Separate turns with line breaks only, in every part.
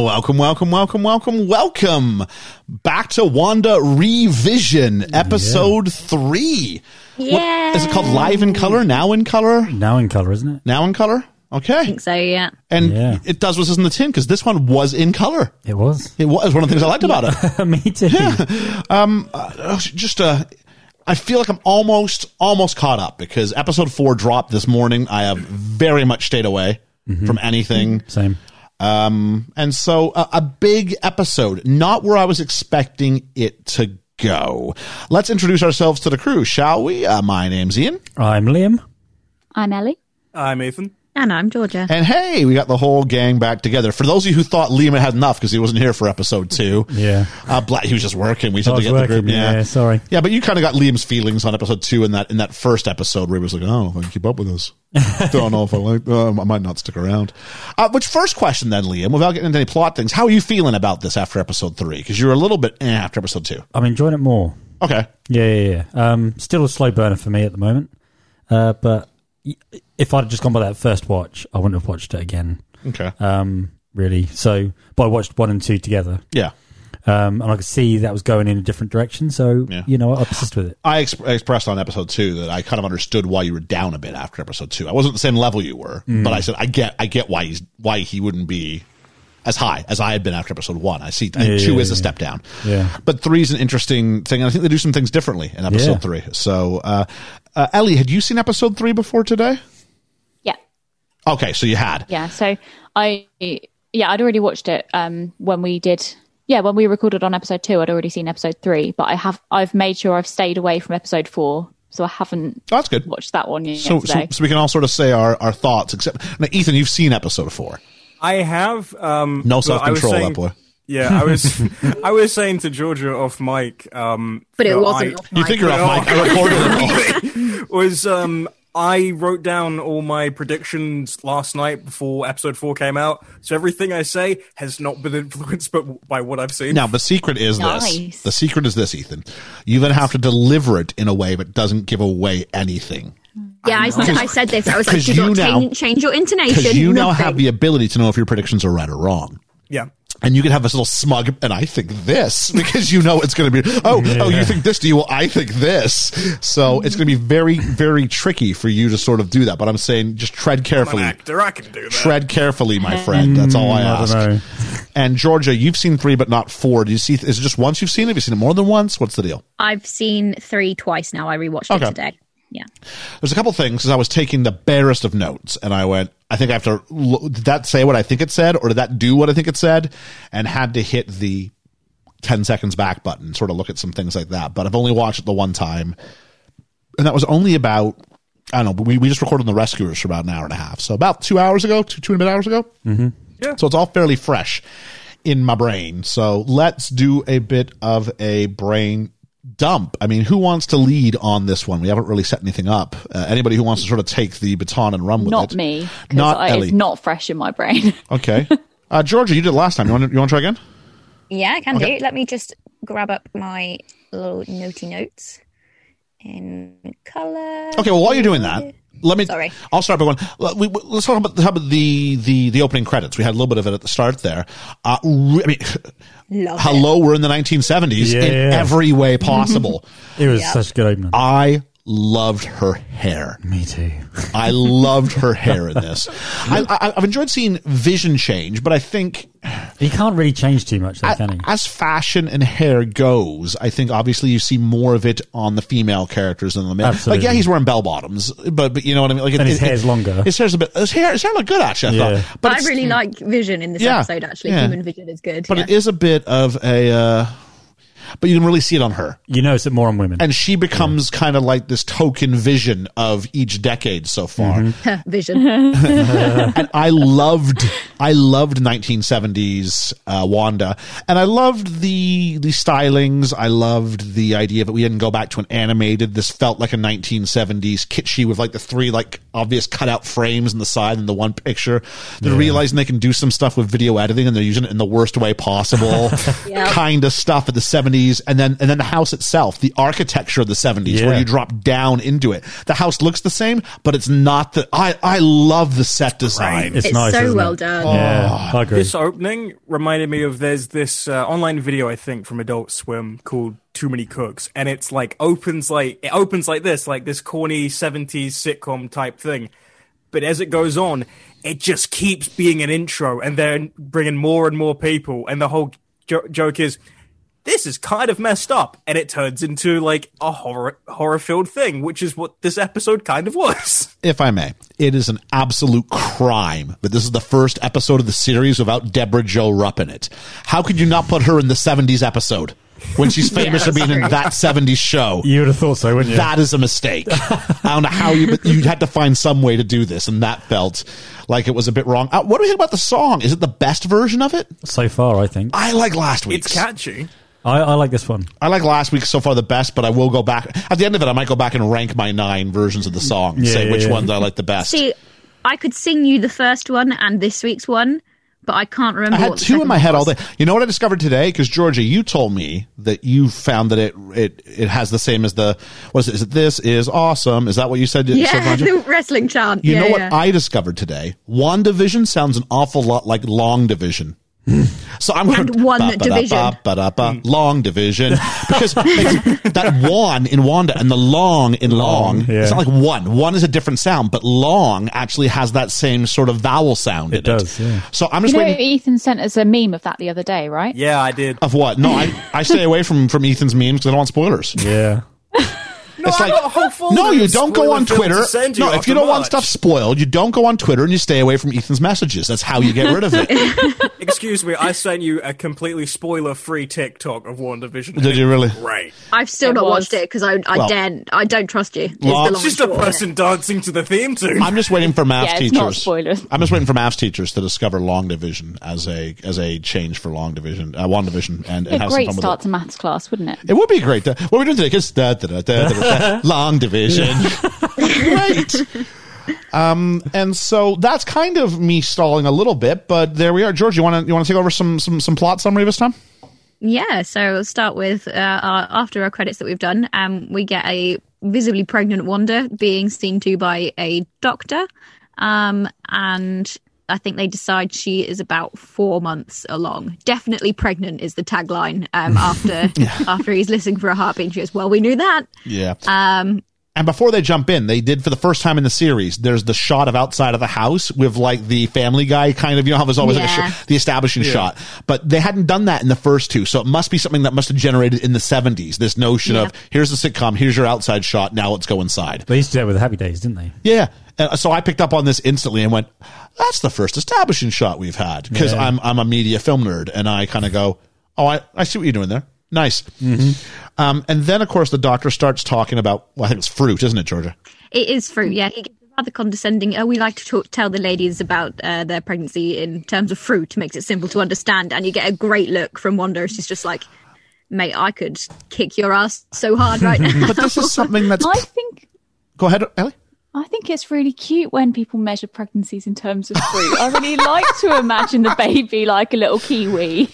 welcome, welcome, welcome, welcome, welcome back to Wanda Revision, episode three.
Yeah.
Is it called Live in Color? Now in Color?
Now in color, isn't it?
Now in Color?
I
Okay.
think so, yeah.
And
Yeah.
it does what's in the tin because this one was in color.
It was.
It was one of the things I liked about it.
Me too.
Oh, just uh I feel like I'm almost almost caught up because episode four dropped this morning. I have very much stayed away from anything,
Same.
um, and so uh, a big episode, not where I was expecting it to go. Let's introduce ourselves to the crew, shall we? Uh, my name's Ian,
I'm Liam.
I'm Ellie.
I'm Ethan.
And I'm Georgia.
and hey, we got the whole gang back together. For those of you who thought Liam had enough because he wasn't here for episode two,
Yeah.
uh, Black, he was just working. We
I
had to
was
get the
working.
group,
Yeah. sorry.
Yeah, but you kind of got Liam's feelings on episode two in that in that first episode where he was like, "Oh, if I can keep up with this, don't know if I like. Uh, I might not stick around." Uh, which first question then, Liam, without getting into any plot things, how are you feeling about this after episode three? Because you were a little bit eh, after episode two.
I'm enjoying it more.
Okay,
Yeah, yeah, yeah. Um, still a slow burner for me at the moment. Uh, but y- if I'd just gone by that first watch, I wouldn't have watched it again.
okay,
Um, really. So, but I watched one and two together,
yeah.
um, and I could see that was going in a different direction. So,
Yeah.
you know, I obsessed with it.
I, ex- I expressed on episode two that I kind of understood why you were down a bit after episode two. I wasn't the same level you were,
Mm.
but I said I get I get why he's why he wouldn't be as high as I had been after episode one. I see I think
Yeah,
two
yeah,
is a
yeah.
step down,
Yeah.
But three is an interesting thing, and I think they do some things differently in episode
Yeah.
three. So, uh, uh, Ellie, had you seen episode three before today?
Yeah,
Okay, so you had.
yeah. So I, yeah, I'd already watched it um, when we did. Yeah, when we recorded on episode two, I'd already seen episode three, but I have I've made sure I've stayed away from episode four, so I haven't
Oh, that's good.
watched that one yet.
So, so,
today.
so we can all sort of say our, our thoughts. Except now, Ethan, you've seen episode four.
I have um,
No
well,
self
I was
control,
saying-
that boy.
Yeah, I was I was saying to Georgia off mic. Um,
But it
that
wasn't off
You think you're
No.
off mic? I recorded it. all.
I was um, I wrote down all my predictions last night before episode four came out. So everything I say has not been influenced, but by what I've seen.
Now the secret is this.
Nice.
The secret is this, Ethan. You then have to deliver it in a way that doesn't give away anything.
yeah, I, said, I said this. I was like,
'Cause
do
you
not
now-
change, change your intonation.
Because you now
nothing.
have the ability to know if your predictions are right or wrong.
Yeah.
And you can have this little smug, and I think this, because you know it's going to be, oh, oh, you think this, do you? Well, I think this. So it's going to be very, very tricky for you to sort of do that. But I'm saying just tread
I'm an
carefully.
actor. I can do that.
Tread carefully, my friend. That's all I
Mm, I
ask.
don't know.
And Georgia, you've seen three, but not four. Do you see? Is it just once you've seen it? Have you seen it more than once? What's the deal?
I've seen three twice now. I rewatched
Okay.
it today. Yeah.
there's a couple things as I was taking the barest of notes, and I went, I think I have to. lo- Did that say what I think it said, or did that do what I think it said? And had to hit the 10 seconds back button, sort of look at some things like that. But I've only watched it the one time, and that was only about I don't know. We we just recorded the Rescuers for about an hour and a half, so about two hours ago, two two and a bit hours ago. Mm-hmm.
Yeah.
So it's all fairly fresh in my brain. So let's do a bit of a brain dump. I mean, who wants to lead on this one? We haven't really set anything up. Uh, anybody who wants to sort of take the baton and run with
not
it?
me. 'cause
Not
I,
Ellie.
It's not fresh in my brain.
Okay. Uh, Georgia, you did it last time. You want to, you want to try again?
Yeah, I can do. Let me just grab up my little notey notes in color.
Okay, well, while you're doing that, let me.
Sorry.
I'll start by one. let- We, we- let's talk about the, how about the the the opening credits. We had a little bit of it at the start there. Uh, re- I mean,
Love
hello, we're in the 1970s
Yeah,
in
yeah, yeah.
every way possible.
It was such a good opening.
I loved her hair.
Me too.
I loved her hair in this. I, I, I've enjoyed seeing Vision change, but I think
He can't really change too much, though, can he?
as fashion and hair goes, I think obviously you see more of it on the female characters than the male. Like,
Absolutely.
yeah, he's wearing bell bottoms, but but you know what I mean. Like, it-
And his
it-
hair's
it-
longer.
His hair's a bit. His hair, his hair looked good actually. I
Yeah.
thought,
But I
it's-
really like Vision in this
Yeah,
episode, actually.
yeah.
Human Vision is good.
But
yeah.
it is a bit of a. Uh, but you can really see it on her,
You notice it more on women.
and she becomes kind of like this token vision of each decade so far.
Mm-hmm.
Vision.
and I loved I loved 1970s uh, Wanda, and I loved the the stylings. I loved the idea that we didn't go back to an animated. This felt like a 1970s kitschy with like the three like obvious cutout frames in the side and the one picture. They're realizing they can do some stuff with video editing and they're using it in the worst way possible,
Yeah.
kind of stuff at the seventies. And then, and then the house itself, the architecture of the seventies where
Yeah.
you drop down into it. The house looks the same, but it's not the, I, I love the set design.
It's,
It's
nice.
so
isn't
well
it?
done.
Oh.
Yeah, I agree.
This opening reminded me of there's this uh, online video I think from Adult Swim called Too Many Cooks, and it's like opens like it opens like this, like this corny '70s sitcom type thing. But as it goes on, it just keeps being an intro, and they're bringing more and more people, and the whole jo- joke is. This is kind of messed up, and it turns into like a horror horror-filled thing, which is what this episode kind of was.
if I may, it is an absolute crime that this is the first episode of the series without Deborah Jo Rupp in it. How could you not put her in the 70s episode when she's famous for being in that 70s show?
You would have thought so, wouldn't you?
That is a mistake. I don't know how you, but you had to find some way to do this, and that felt like it was a bit wrong. Uh, what do we think about the song? Is it the best version of it?
so far, I think.
I like last week's.
It's catchy.
I, I like this one.
I like last week's so far the best, but I will go back. At the end of it, I might go back and rank my nine versions of the song and
Yeah,
say
yeah,
which
yeah.
ones I like the best.
See, I could sing you the first one and this week's one, but I can't remember.
I had
what the
two in
second
my
one
head all
was.
day. You know what I discovered today? Because Georgia, you told me that you found that it it it has the same as the what is it? Is it this is awesome? Is that what you said? said,
Yeah,
Roger?
the wrestling chant.
you
yeah,
know what
yeah.
I discovered today? One division sounds an awful lot like long division. So I'm going
And one
ba- ba- da-
division.
ba- ba- da-
Mm.
ba- long division because it's that one in Wanda and the long in long.
Long, yeah.
It's not like one. One is a different sound, but long actually has that same sort of vowel sound.
It
in
does, yeah.
So I'm just
You know,
waiting.
Ethan sent us a meme of that the other day, right?
Yeah, I did.
Of what? No, I, I stay away from from Ethan's memes because I don't want spoilers.
Yeah.
No,
It's
I'm
like-
not hopeful.
No,
that
you
it's
don't go on
spoiler-filled to
Twitter.
send
no, if
after
you don't want
March.
stuff spoiled, you don't go on Twitter and you stay away from Ethan's messages. That's how you get rid of it.
Excuse me, I sent you a completely spoiler-free TikTok of WandaVision.
Did you really?
Right.
I've still
It
not
was-
watched it because I, I
Well-
daren't. I don't trust you. It's the
Well,
long
it's
It's just a
and short of it.
person dancing to the theme tune.
I'm just waiting for math
Yeah, it's not
teachers.
spoilers.
I'm just waiting for math teachers to discover long division as a as a change for long division, uh, one division, and, and
It'd be a
have some
great
fun with
start
it.
to maths class, wouldn't it?
It would be great. What we're doing today is da, da, da, da, da, da, long division. great. Um, and so that's kind of me stalling a little bit, but there we are. George, you want to you want to take over some some some plot summary this time?
Yeah, so we'll start with uh, our, after our credits that we've done, um, we get a visibly pregnant Wanda being seen to by a doctor, um, and I think they decide she is about four months along. Definitely pregnant is the tagline. Um, after after he's listening for a heartbeat, and she goes, "Well, we knew that."
Yeah.
Um,
And before they jump in, they did for the first time in the series. There's the shot of outside of the house with like the Family Guy kind of, you know how there's always like
Yeah.
a sh- the establishing shot, but they hadn't done that in the first two, so it must be something that must have generated in the 70s. This notion of here's the sitcom, here's your outside shot, now let's go inside.
They used to do that with the Happy Days, didn't they?
Yeah. Uh, so I picked up on this instantly and went, "That's the first establishing shot we've had." Because
Yeah.
I'm I'm a media film nerd, and I kind of go, "Oh, I, I see what you're doing there. Nice." Um, and then, of course, the doctor starts talking about. Well, I think it's fruit, isn't it, Georgia?
It is fruit, yeah. He gets rather condescending. Oh, we like to talk, tell the ladies about uh, their pregnancy in terms of fruit, makes it simple to understand. And you get a great look from Wanda. She's just like, mate, I could kick your ass so hard right now.
But this is something that's.
I think
go ahead, Ellie.
I think it's really cute when people measure pregnancies in terms of fruit. I really like to imagine the baby like a little kiwi.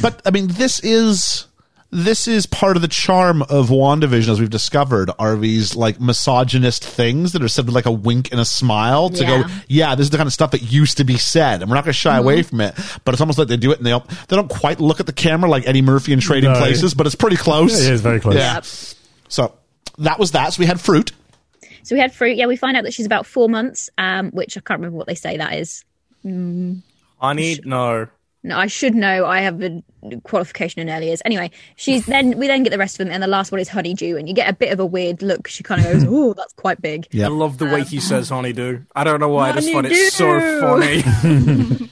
But I mean, this is this is part of the charm of Wandavision, as we've discovered, are these like misogynist things that are said with like a wink and a smile to
Yeah.
go, yeah, this is the kind of stuff that used to be said, and we're not going to shy away from it. But it's almost like they do it, and they don't, they don't quite look at the camera like Eddie Murphy in Trading
No.
Places, but it's pretty close.
Yeah, it is very close.
Yeah. So that was that. So we had fruit.
so we had fruit. Yeah, we find out that she's about four months, um, which I can't remember what they say that is.
Honey, no.
No, I should know. I have a qualification in early years. Anyway, she's then we then get the rest of them, and the last one is honeydew, and you get a bit of a weird look. She kind of goes, "Oh, that's quite big."
Yeah.
I love the way he says honeydew. I don't know why, I just find
Honeydew!
it so funny.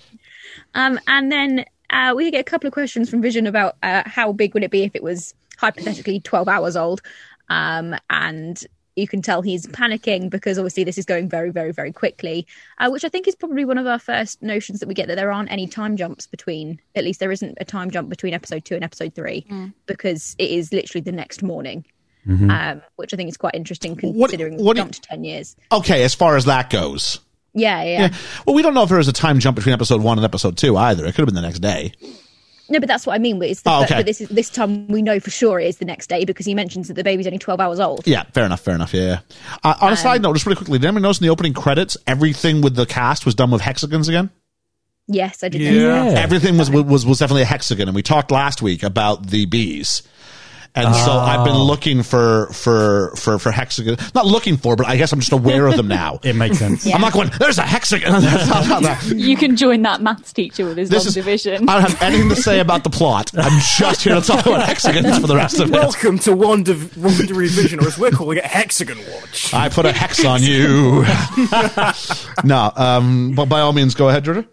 Um, and then uh, we did get a couple of questions from Vision about uh, how big would it be if it was hypothetically 12 hours old. Um, and you can tell he's panicking because obviously this is going very, very, very quickly, uh, which I think is probably one of our first notions that we get that there aren't any time jumps between, at least there isn't a time jump between episode two and episode three because it is literally the next morning. um, which I think is quite interesting
What-
considering
what
what,
do you-
jumped ten years.
Okay, as far as that goes.
Yeah, yeah,
Yeah. Well, we don't know if there was a time jump between episode one and episode two either. It could have been the next day.
No, but that's what I mean. But it's the,
Oh,
but-
okay.
but this is this time we know for sure it is the next day because he mentions that the baby's only twelve hours old.
Yeah, fair enough, fair enough. Yeah. yeah. Uh, on a side note, just really quickly, did anyone notice in the opening credits everything with the cast was done with hexagons again?
Yes, I did.
Yeah.
notice
Yeah.
that.
Everything was was was definitely a hexagon, and we talked last week about the bees. And so I've been looking for for for for hexagon. Not looking for, but I guess I'm just aware of them now.
It makes sense.
I'm not going. There's a hexagon. That's not how that-
You can join that maths teacher with his
This
long
is.
division.
I don't have anything to say about the plot. I'm just here to talk about hexagons for the rest of it.
Welcome to Wonder, Wonder Revision, or as we're calling it, Hexagon Watch.
I put a hex on you. no, um, but by all means, go ahead, Jordan.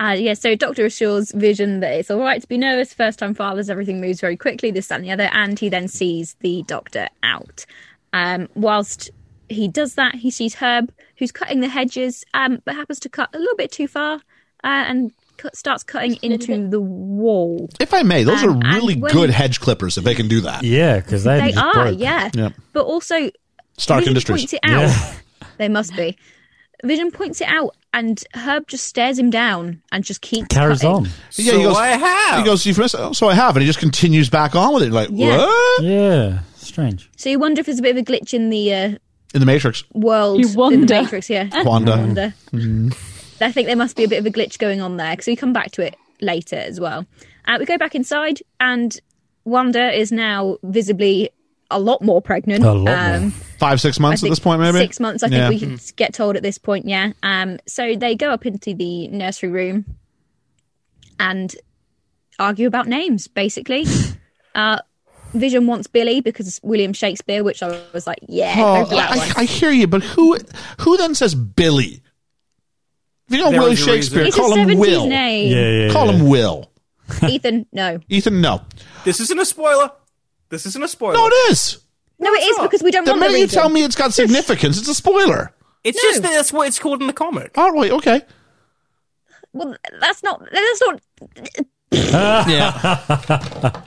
Uh, yeah, so Dr. Assure's vision that it's all right to be nervous, first time fathers, everything moves very quickly, this, that, and the other, and he then sees the doctor out. Um, whilst he does that, he sees Herb, who's cutting the hedges, um, but happens to cut a little bit too far uh, and cut, starts cutting into the wall.
If I may, those
Um,
are really
and when-
good hedge clippers if they can do that.
Yeah, because they,
They
just
are,
broke.
yeah.
Yep.
But also,
Stark
Vision
Industries.
points it out. They must be. Vision points it out, and Herb just stares him down and just keeps
Carries
cutting.
on.
Yeah,
so
he goes.
I have.
He goes. "You've missed- oh, So I have, and he just continues back on with it. Like
Yeah.
what
Yeah, strange.
So you wonder if there's a bit of a glitch in the uh,
in the Matrix?
world
You
in
wonder.
the Matrix. Yeah,
Wanda.
wonder.
Mm-hmm.
I think there must be a bit of a glitch going on there because we come back to it later as well. Uh, we go back inside, and Wanda is now visibly a lot more pregnant. Um,
A lot more.
Five, six
I
months at
think
this point, maybe
six months. I think
Yeah. Hmm.
we could get told at this point. Yeah. Um. So they go up into the nursery room and argue about names, basically. uh, Vision wants Billy because it's William Shakespeare, which I was like, yeah, go
Oh,
for that one.
I, I hear you, but who who then says Billy? If you know
There
Will
is a
Shakespeare,
reason.
it's
call
a
him
70s
Will.
name.
Yeah, yeah.
Call
yeah.
him Will.
Ethan, no.
Ethan, no,
This isn't a spoiler. This isn't a spoiler.
no, it is.
No, it is
not.
because we don't
The
want the
minute you
reason.
tell me it's got significance, it's a spoiler.
It's
No.
just that that's what it's called in the comic.
Oh wait, okay.
Well, that's not. That's not.
Yeah.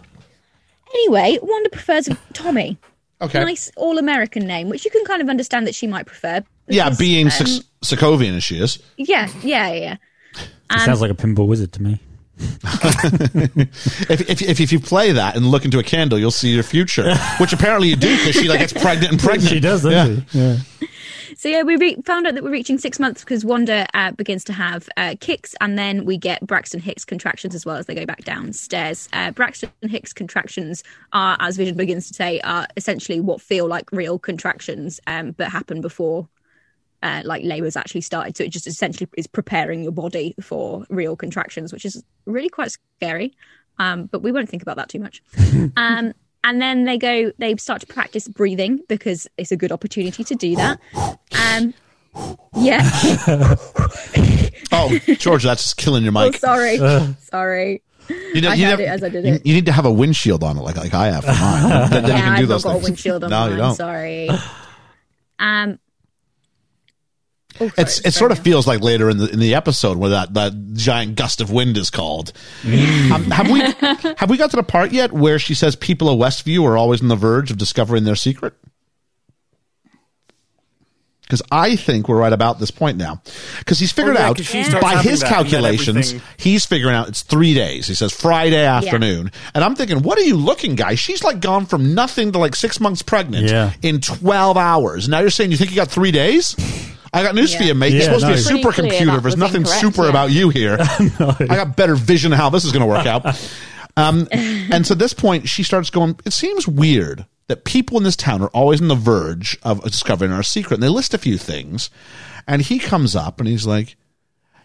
Anyway, Wanda prefers Tommy.
Okay.
Nice all-American name, which you can kind of understand that she might prefer.
Yeah,
because,
being
um,
Sokovian Sokovian as she is.
Yeah, yeah, yeah.
It sounds like a pinball wizard to me.
If, if, if, if you play that and look into a candle, you'll see your future, which apparently you do because she like gets pregnant and pregnant.
She does,
Yeah.
doesn't she? Yeah.
So yeah, we re- found out that we're reaching six months because Wanda uh, begins to have uh, kicks, and then we get Braxton Hicks contractions as well as they go back downstairs. Uh, Braxton Hicks contractions are, as Vision begins to say, are essentially what feel like real contractions, um, but happen before. Uh, like labor's actually started, so it just essentially is preparing your body for real contractions, which is really quite scary. Um, but we won't think about that too much. Um, and then they go, they start to practice breathing because it's a good opportunity to do that. Um, yeah.
Oh, George, that's just killing your
Oh,
mic.
sorry. sorry.
Uh, You, know,
I
you,
had
nev-
it as I did
you-
it.
you need to have a windshield on it, like like I have for mine. then, then you can
yeah,
do
I've not
those
got a
things.
windshield on.
No, you
mine,
don't.
Sorry. Um. oh, sorry,
It's it
sorry.
sort of feels like later in the in the episode where that, that giant gust of wind is called.
Mm.
Um, have we have we got to the part yet where she says people of Westview are always on the verge of discovering their secret? Because I think we're right about this point now. Because he's figured
Oh, yeah,
out
'cause she starts
by
having
his
that and then
calculations,
everything-
he's figuring out it's three days. He says Friday afternoon, and I'm thinking, what are you looking, guy? She's like gone from nothing to like six months pregnant
Yeah.
in 12 hours. Now you're saying you think you got three days? I got news for
Yeah.
you, mate. You're
Yeah,
supposed to
no.
be a
Pretty clear
supercomputer.
that
There's
was
nothing
incorrect,
super
yeah.
about you here. I got better vision of how this is going to work out. Um, and so at this point, she starts going, It seems weird that people in this town are always on the verge of discovering our secret. And they list a few things. And he comes up and he's like,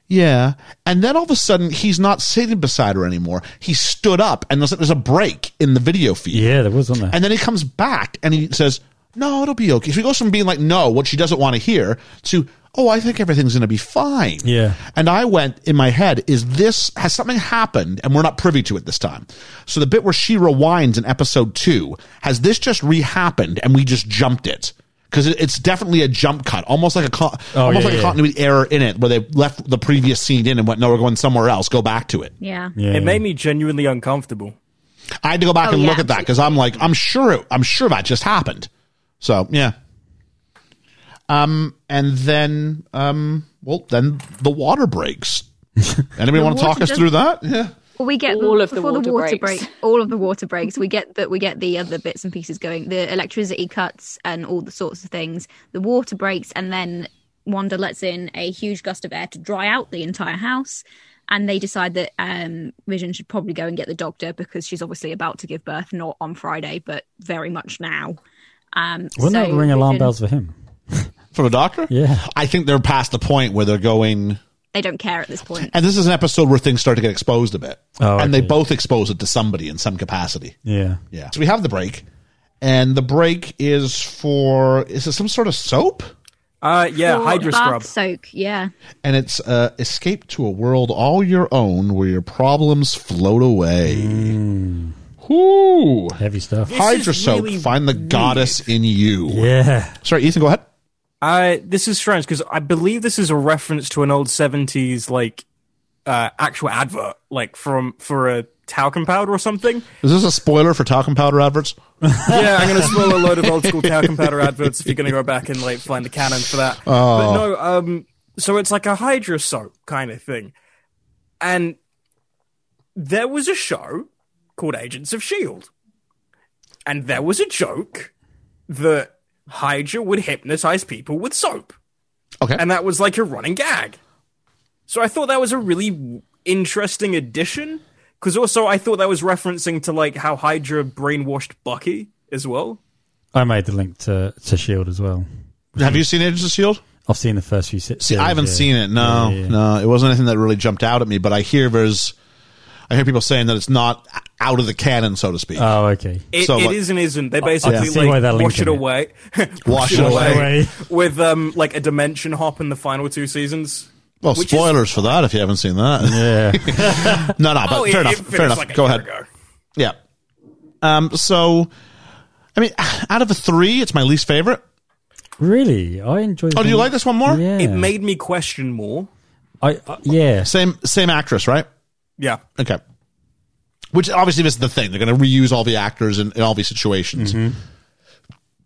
yeah. And then all of a sudden, he's not sitting beside her anymore. He stood up, and there's, there's a break in the video feed.
Yeah, there was, wasn't there?
And then he comes back and he says, No, it'll be okay. So he goes from being like, No, what she doesn't want to hear to, Oh, I think everything's going to be fine.
Yeah.
And I went in my head, Is this, has something happened and we're not privy to it this time? So the bit where she rewinds in episode two, has this just re happened and we just jumped it? Because it's definitely a jump cut, almost like a con-
Oh,
almost
yeah,
like a
yeah.
continuity error in it, where they left the previous scene in and went, "No, we're going somewhere else. Go back to it."
Yeah.
Yeah.
It made me genuinely uncomfortable.
I had to go back
Oh,
and look
yeah.
at that because I'm like, I'm sure, it, I'm sure that just happened. So yeah. Um, and then, um, well, then the water breaks. Anybody want to
water
talk us
does-
through that? Yeah.
Well, we get
All of the
before
water
the water
breaks.
break. All of the water breaks. We get that. We get the other bits and pieces going. The electricity cuts and all the sorts of things. The water breaks, and then Wanda lets in a huge gust of air to dry out the entire house. And they decide that um, Vision should probably go and get the doctor because she's obviously about to give birth, not on Friday, but very much now. Um,
Wouldn't
so
that ring alarm
Vision-
bells for him?
For the doctor?
Yeah.
I think they're past the point where they're going.
They don't care at this point.
And this is an episode where things start to get exposed a bit.
Oh,
and they
okay.
both expose it to somebody in some capacity.
Yeah.
Yeah. So we have the break. And the break is for is it some sort of soap?
Uh, yeah,
Or
Hydra
bath
Scrub.
soak. Yeah.
And it's uh, escape to a world all your own where your problems float away. Whoo!
Heavy stuff.
Mm. This
Hydra
is
soap.
really
find the
weird.
goddess in you.
Yeah.
Sorry, Ethan. Go ahead.
Uh, this is strange because I believe this is a reference to an old seventies like uh, actual advert, like from for a talcum powder or something.
Is this a spoiler for talcum powder adverts?
yeah, I'm going to spoil a load of old school talcum powder adverts if you're going to go back and like find the canon for that.
Oh.
But no, um, so it's like a Hydra soap kind of thing, and there was a show called Agents of Shield, E and there was a joke that Hydra would hypnotize people with soap,
Okay.
and that was like a running gag. So I thought that was a really w- interesting addition. Because also, I thought that was referencing to like how Hydra brainwashed Bucky as well.
I made the link to, to Shield E as well.
have you seen Agents of Shield?
I've seen the first few se-
See, I haven't seen it. No,
Yeah, yeah.
no, it wasn't anything that really jumped out at me. But I hear there's, I hear people saying that it's not out of the canon, so to speak.
Oh, okay.
It,
So,
it
like- Oh,
is and isn't. They basically
see why that
like
linked
wash
in
it
it.
away,
Wash it away.
with um like a dimension hop in the final two seasons.
well,
which is-
spoilers for that if you haven't seen that.
Yeah.
no, no, but
oh, it-
fair
it
enough.
finished
Fair enough.
like a
Go
year
ahead.
ago.
Yeah. Um. So, I mean, out of the three, it's my least favorite.
really? I enjoyed
Oh, do you
the-
like this one more?
Yeah.
It made me question more.
I, I, yeah.
Same, same actress, right?
Yeah,
Okay. Which obviously this is the thing. They're going to reuse all the actors in, in all these situations,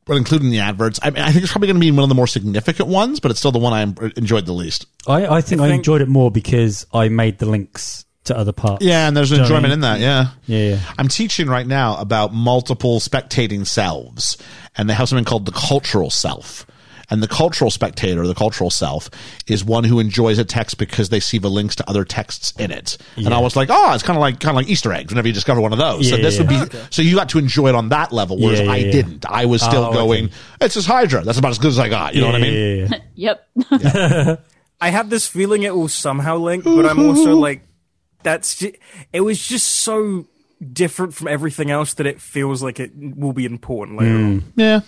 but including the adverts. I, mean, I think it's probably going to be one of the more significant ones, but it's still the one I em- enjoyed the least.
I, I think I,
think-
enjoyed it more because I made the links to other parts.
Yeah, and there's an
Do you know what
enjoyment
I
in that. Yeah.
mean? Yeah. yeah.
I'm teaching right now about multiple spectating selves, and they have something called the cultural self. And the cultural spectator, the cultural self, is one who enjoys a text because they see the links to other texts in it. And I was like, oh, it's kind of like kind of like Easter eggs whenever you discover one of those. so
Yeah,
this
yeah,
would be
yeah.
so you got to enjoy it on that level, whereas
Yeah, yeah,
I
yeah.
didn't. I was still
Oh, okay.
going, it's just Hydra. That's about as good as I got. You know what I mean?
Yeah, yeah, yeah.
Yep.
I have this feeling it will somehow link, but I'm also like, that's ju- it was just so different from everything else that it feels like it will be important later.
Hmm.
on.
Yeah.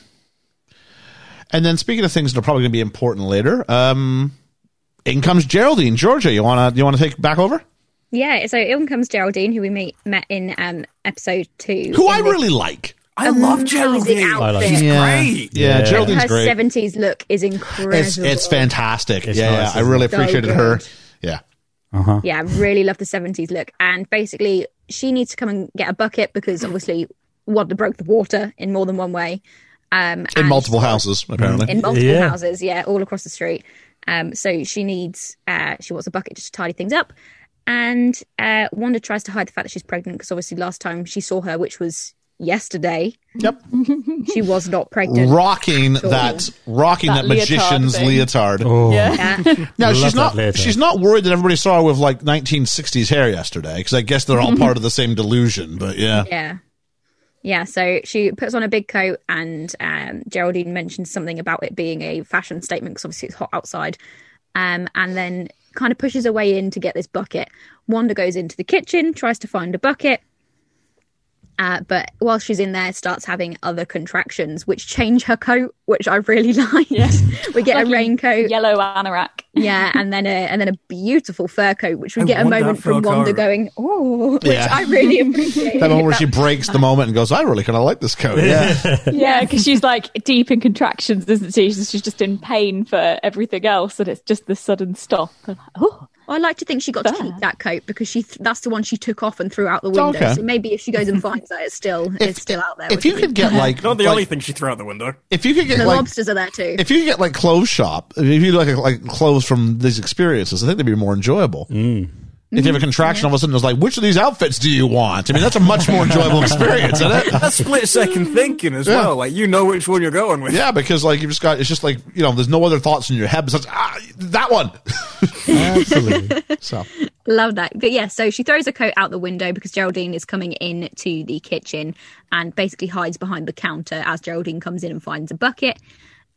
And then speaking of things that are probably going to be important later, um, in comes Geraldine, Georgia. You wanna you wanna take back over?
Yeah, so in comes Geraldine, who we meet, met in um, episode two.
Who I really like.
I love
amazing
Geraldine.
I like
outfit.
Yeah. Great.
Yeah,
Yeah.
Geraldine's
Her
great.
seventies look is incredible.
It's it's fantastic.
It's
yeah,
nice,
yeah. I
isn't
really
it? So
appreciated
good.
her. Yeah.
Yeah, I really love the seventies look. And basically, she needs to come and get a bucket because obviously Wanda broke the water in more than one way. Um,
In
and-
multiple houses, apparently.
in multiple
Yeah.
houses, yeah, all across the street. Um, so she needs uh, she wants a bucket just to tidy things up. And uh, Wanda tries to hide the fact that she's pregnant because obviously last time she saw her, which was yesterday,
yep.
she was not pregnant.
Rocking that rocking that,
That leotard
magician's
thing.
leotard.
Oh.
yeah.
Yeah.
Now
I
she's
love that
not
leotard.
she's not worried that everybody saw her with like nineteen sixties hair yesterday, because I guess they're all part of the same delusion, but yeah.
Yeah. Yeah, so she puts on a big coat, and um, Geraldine mentions something about it being a fashion statement because obviously it's hot outside. Um, and then kind of pushes her way in to get this bucket. Wanda goes into the kitchen, tries to find a bucket. Uh, but while she's in there, starts having other contractions, which change her coat, which I really like. we get
Like
a
a
raincoat, yeah.
Yellow anorak.
and then a and then a beautiful fur coat, which
I
we get a
want that
moment from
fur
Wanda
coat.
going, "Oh," which
Yeah.
I really appreciate.
That moment where she breaks the moment and goes, I really kinda like this coat. Yeah.
Yeah, because she's like deep in contractions, isn't she? She's, she's just in pain for everything else, and it's just this sudden stop. And, oh,
I like to think she got to keep that coat because she th- that's the one she took off and threw out the window.
Okay.
So maybe if she goes and finds that, it's still it's still out there.
If
which
you
would
could
be-
get like,
Not the
like-
only thing she threw out the window.
if you could get
the
like,
lobsters are there too.
if you could get like clothes shop, if you like like clothes from these experiences, I think they'd be more enjoyable.
Mm.
If
Mm-hmm.
you have a contraction, all of a sudden it's like, which of these outfits do you want? I mean, that's a much more enjoyable experience, isn't it?
That's split second thinking as
Yeah.
well. Like you know which one you're going with.
Yeah, because like you just got it's just like you know, there's no other thoughts in your head besides ah, that one.
Absolutely.
So
Love that. But yeah, so she throws her coat out the window because Geraldine is coming in to the kitchen and basically hides behind the counter as Geraldine comes in and finds a bucket.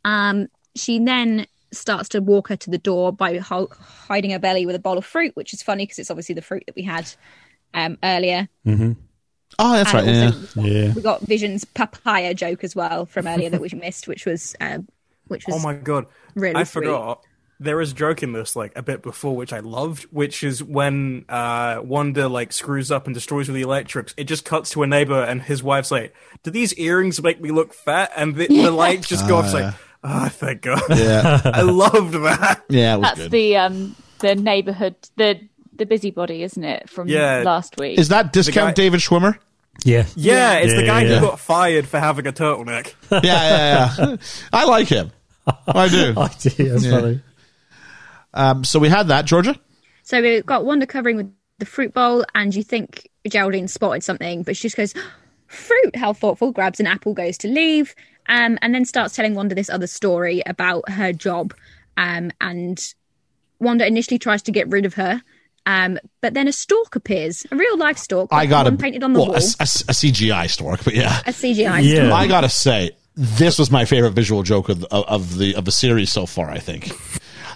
Um, she then starts to walk her to the door by ho- hiding her belly with a bowl of fruit, which is funny because it's obviously the fruit that we had um, earlier.
oh, that's right.
And
Yeah.
also
yeah.
we got Vision's papaya joke as well from earlier that we missed, which was um, which was
Oh my god.
really
I
sweet.
forgot. There is a joke in this like a bit before which I loved, which is when uh Wanda like screws up and destroys all the electrics. It just cuts to a neighbor and his wife's like, "Do these earrings make me look fat?" And the, the lights just go off. It's
Uh.
like, "Ah, thank God."
Yeah,
I loved that.
yeah, it was
That's
good.
the um the neighborhood the the busybody, isn't it? From
Yeah.
last week.
Is that discount
guy-
David Schwimmer?
Yeah.
Yeah, it's the
Yeah,
guy
yeah.
who got fired for having a turtleneck. Oh
Yeah, yeah, yeah. I like him. I do.
I do. That's funny.
Um, so we had that Georgia.
So we've got Wanda covering with the fruit bowl, and you think Geraldine spotted something, but she just goes, Fruit, how thoughtful, grabs an apple, goes to leave, um, and then starts telling Wanda this other story about her job. Um, and Wanda initially tries to get rid of her, um, but then a stork appears, a real life stork,
I got
one
a
painted on the
well, a-
wall,
a- a CGI stork, but yeah.
a CGI
Yeah.
stork.
I gotta say, this was my favorite visual joke of, of, of the of the series so far. I think,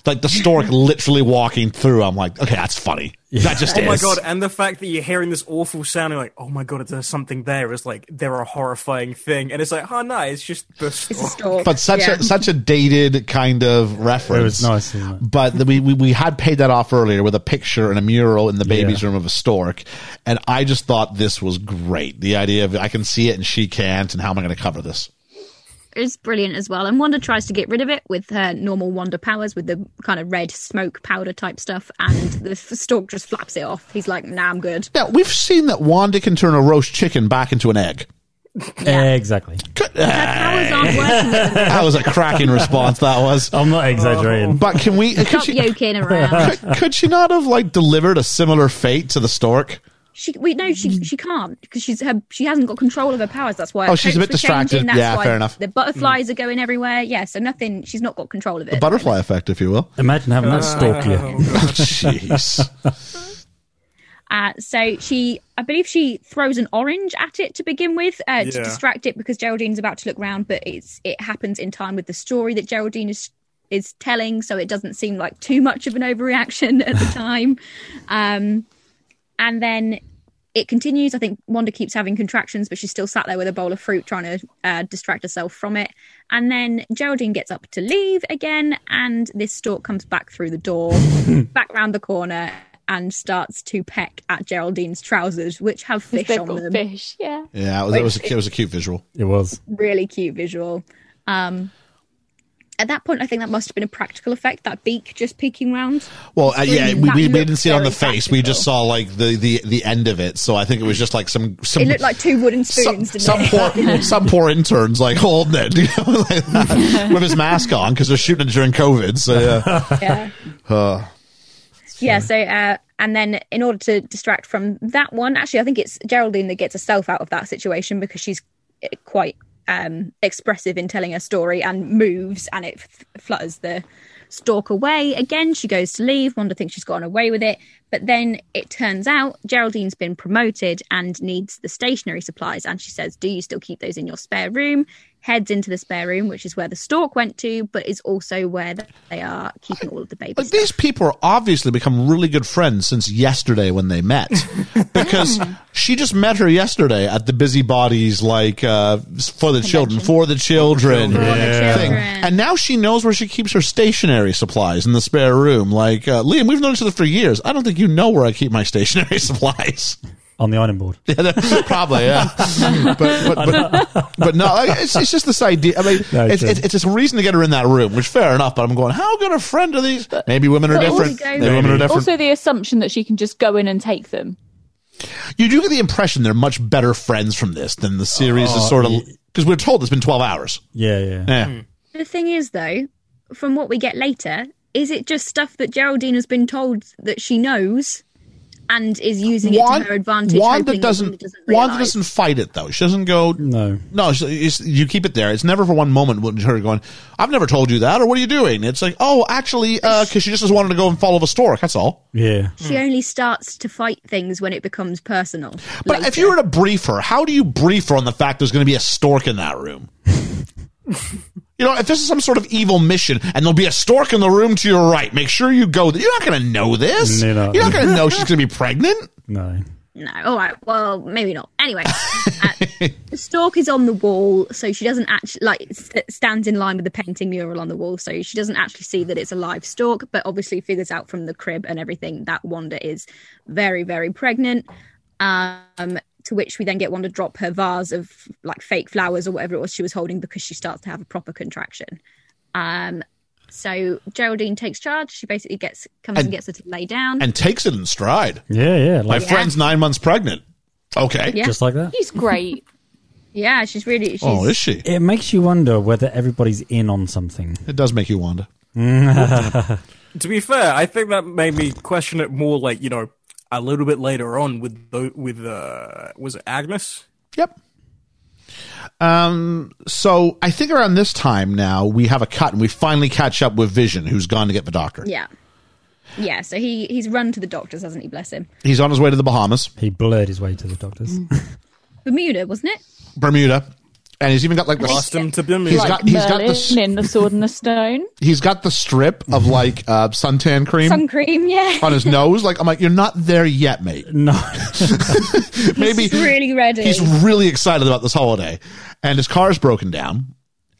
like the stork literally walking through. I'm like, okay, that's funny. That just
Oh
is.
my god! And the fact that you're hearing this awful sound, you're like, "Oh my god, there's something there." It's like they're a horrifying thing, and it's like, "Oh no, it's just the
It's a
storm."
stork.
But such
yeah.
a such a dated kind of reference.
It was nice. Isn't it?
But the, we, we we had paid that off earlier with a picture and a mural in the baby's
Yeah.
room of a stork, and I just thought this was great. The idea of I can see it and she can't, and how am I going to cover this?
is brilliant as well. And Wanda tries to get rid of it with her normal Wanda powers, with the kind of red smoke powder type stuff. And the f- stork just flaps it off. He's like, "Nah, I'm good."
Now we've seen that Wanda can turn a roast chicken back into an egg.
Exactly.
Powers aren't working.
That was a cracking response. That was.
I'm not exaggerating.
But can we? could
Stop
she-
yoking around.
could she not have like delivered a similar fate to the stork?
She, we no, she she can't because she's her she hasn't got control of her powers. That's why. her
Oh, she's a
coats
bit
were changing,
distracted.
That's
Yeah,
why
fair enough.
The butterflies are going everywhere. Yeah, so nothing. She's not got control of it.
Butterfly effect, if you will.
Imagine having that stalk
Oh,
you.
God.
Jeez.
Uh, so she, I believe she throws an orange at it to begin with uh, to
Yeah.
distract it because Geraldine's about to look round, but it's it happens in time with the story that Geraldine is is telling, so it doesn't seem like too much of an overreaction at the time. Um, and then it continues. I think Wanda keeps having contractions, but she's still sat there with a bowl of fruit trying to uh, distract herself from it. And then Geraldine gets up to leave again, and this stork comes back through the door, back round the corner, and starts to peck at Geraldine's trousers, which have fish
They've
on
got
them.
fish, yeah.
Yeah, it was, it was it was a cute visual.
It was.
Really cute visual. Um, at that point, I think that must have been a practical effect, that beak just peeking round.
Well, uh, yeah,
That
we, we, we
looked
didn't see it on the
very
face. We just saw
practical.
like the, the the end of it. So I think it was just like some some
It looked like two wooden
some,
spoons, didn't
some
it?
poor some poor interns like holding it you know, like that, with his mask on because they're shooting it during COVID. So yeah, Uh,
yeah. yeah. So, uh, and then in order to distract from that one, actually, I think it's Geraldine that gets herself out of that situation because she's eh, quite um, expressive in telling her story and moves, and it f- flutters the stalk away. Again, she goes to leave. Wanda thinks she's gotten away with it, but then it turns out Geraldine's been promoted and needs the stationery supplies, and she says, "Do you still keep those in your spare room?" Heads into the spare room, which is where the stalk went to, but is also where they are keeping all of the babies.
But these people are obviously become really good friends since yesterday when they met, because she just met her yesterday at the Busybody's like uh, for the children, for the children,
Yeah.
thing, and now she knows where she keeps her stationary supplies in the spare room. Like uh, Liam, we've known each other for years. I don't think you know where I keep my stationary supplies.
on the ironing board.
Yeah, that- probably, yeah. but, but, but, but no, like, it's, it's just this idea. I mean,
No,
it's,
true.
it's, it's just a reason to get her in that room, which fair enough. But I'm going, how good a friend are these? Maybe women are
But also
different.
go-
Maybe women are
Maybe.
different.
Also, the assumption that she can just go in and take them.
you do get the impression they're much better friends from this than the series is sort of because we're told it's been 12 hours.
Yeah, yeah.
Yeah.
The thing is, though, from what we get later, is it just stuff that Geraldine has been told that she knows and is using it
Wanda,
to her advantage? hoping
Wanda
that
doesn't, Wanda
realise?
doesn't fight it though. She doesn't go.
No.
No, she, it's- you keep it there. It's never for one moment when her going, "I've never told you that," or "What are you doing?" It's like, "Oh, actually," because she just wanted to go and follow the stork. That's all.
Yeah.
She only starts to fight things when it becomes personal.
But if
later.
you were to brief her, how do you brief her on the fact there's going to be a stork in that room? you know, if this is some sort of evil mission and there'll be a stork in the room to your right, make sure you go. There. You're not going to know this.
No, no.
You're not going to know she's going to be pregnant.
No.
No, all right. Well, maybe not. Anyway, uh, the stalk is on the wall, so she doesn't actually like st- stands in line with the painting mural on the wall, so she doesn't actually see that it's a live stalk. But obviously, figures out from the crib and everything that Wanda is very, very pregnant. Um, to which we then get Wanda drop her vase of like fake flowers or whatever it was she was holding because she starts to have a proper contraction. Um, so Geraldine takes charge. She basically gets comes and,
And-
gets her to lay down.
and takes it in stride.
Yeah, yeah.
My
Like
friend's nine months pregnant. Okay.
Yeah.
just like that.
He's great.
yeah, she's really she's
Oh, is she?
It makes you wonder whether everybody's in on something.
It does make you wonder.
To be fair, I think that made me question it more. Like you know, a little bit later on with the with uh, was it Agnes?
Yep. Um. So I think around this time now we have a cut and we finally catch up with Vision, who's gone to get the doctor.
Yeah. Yeah, so he he's run to the doctors, hasn't he? Bless him.
He's on his way to the Bahamas,
He blurred his way to the doctors.
Mm. Bermuda, wasn't it?
Bermuda, and he's even got like the
Lost him to them.
He's
Like
got- he's got
Merlin
the s-
in the Sword and the Stone.
he's got the strip of like uh, suntan cream
Sun cream, yeah.
on his nose. Like I'm like, you're not there yet, mate.
no.
Maybe
He's really ready.
he's really excited about this holiday and his car's broken down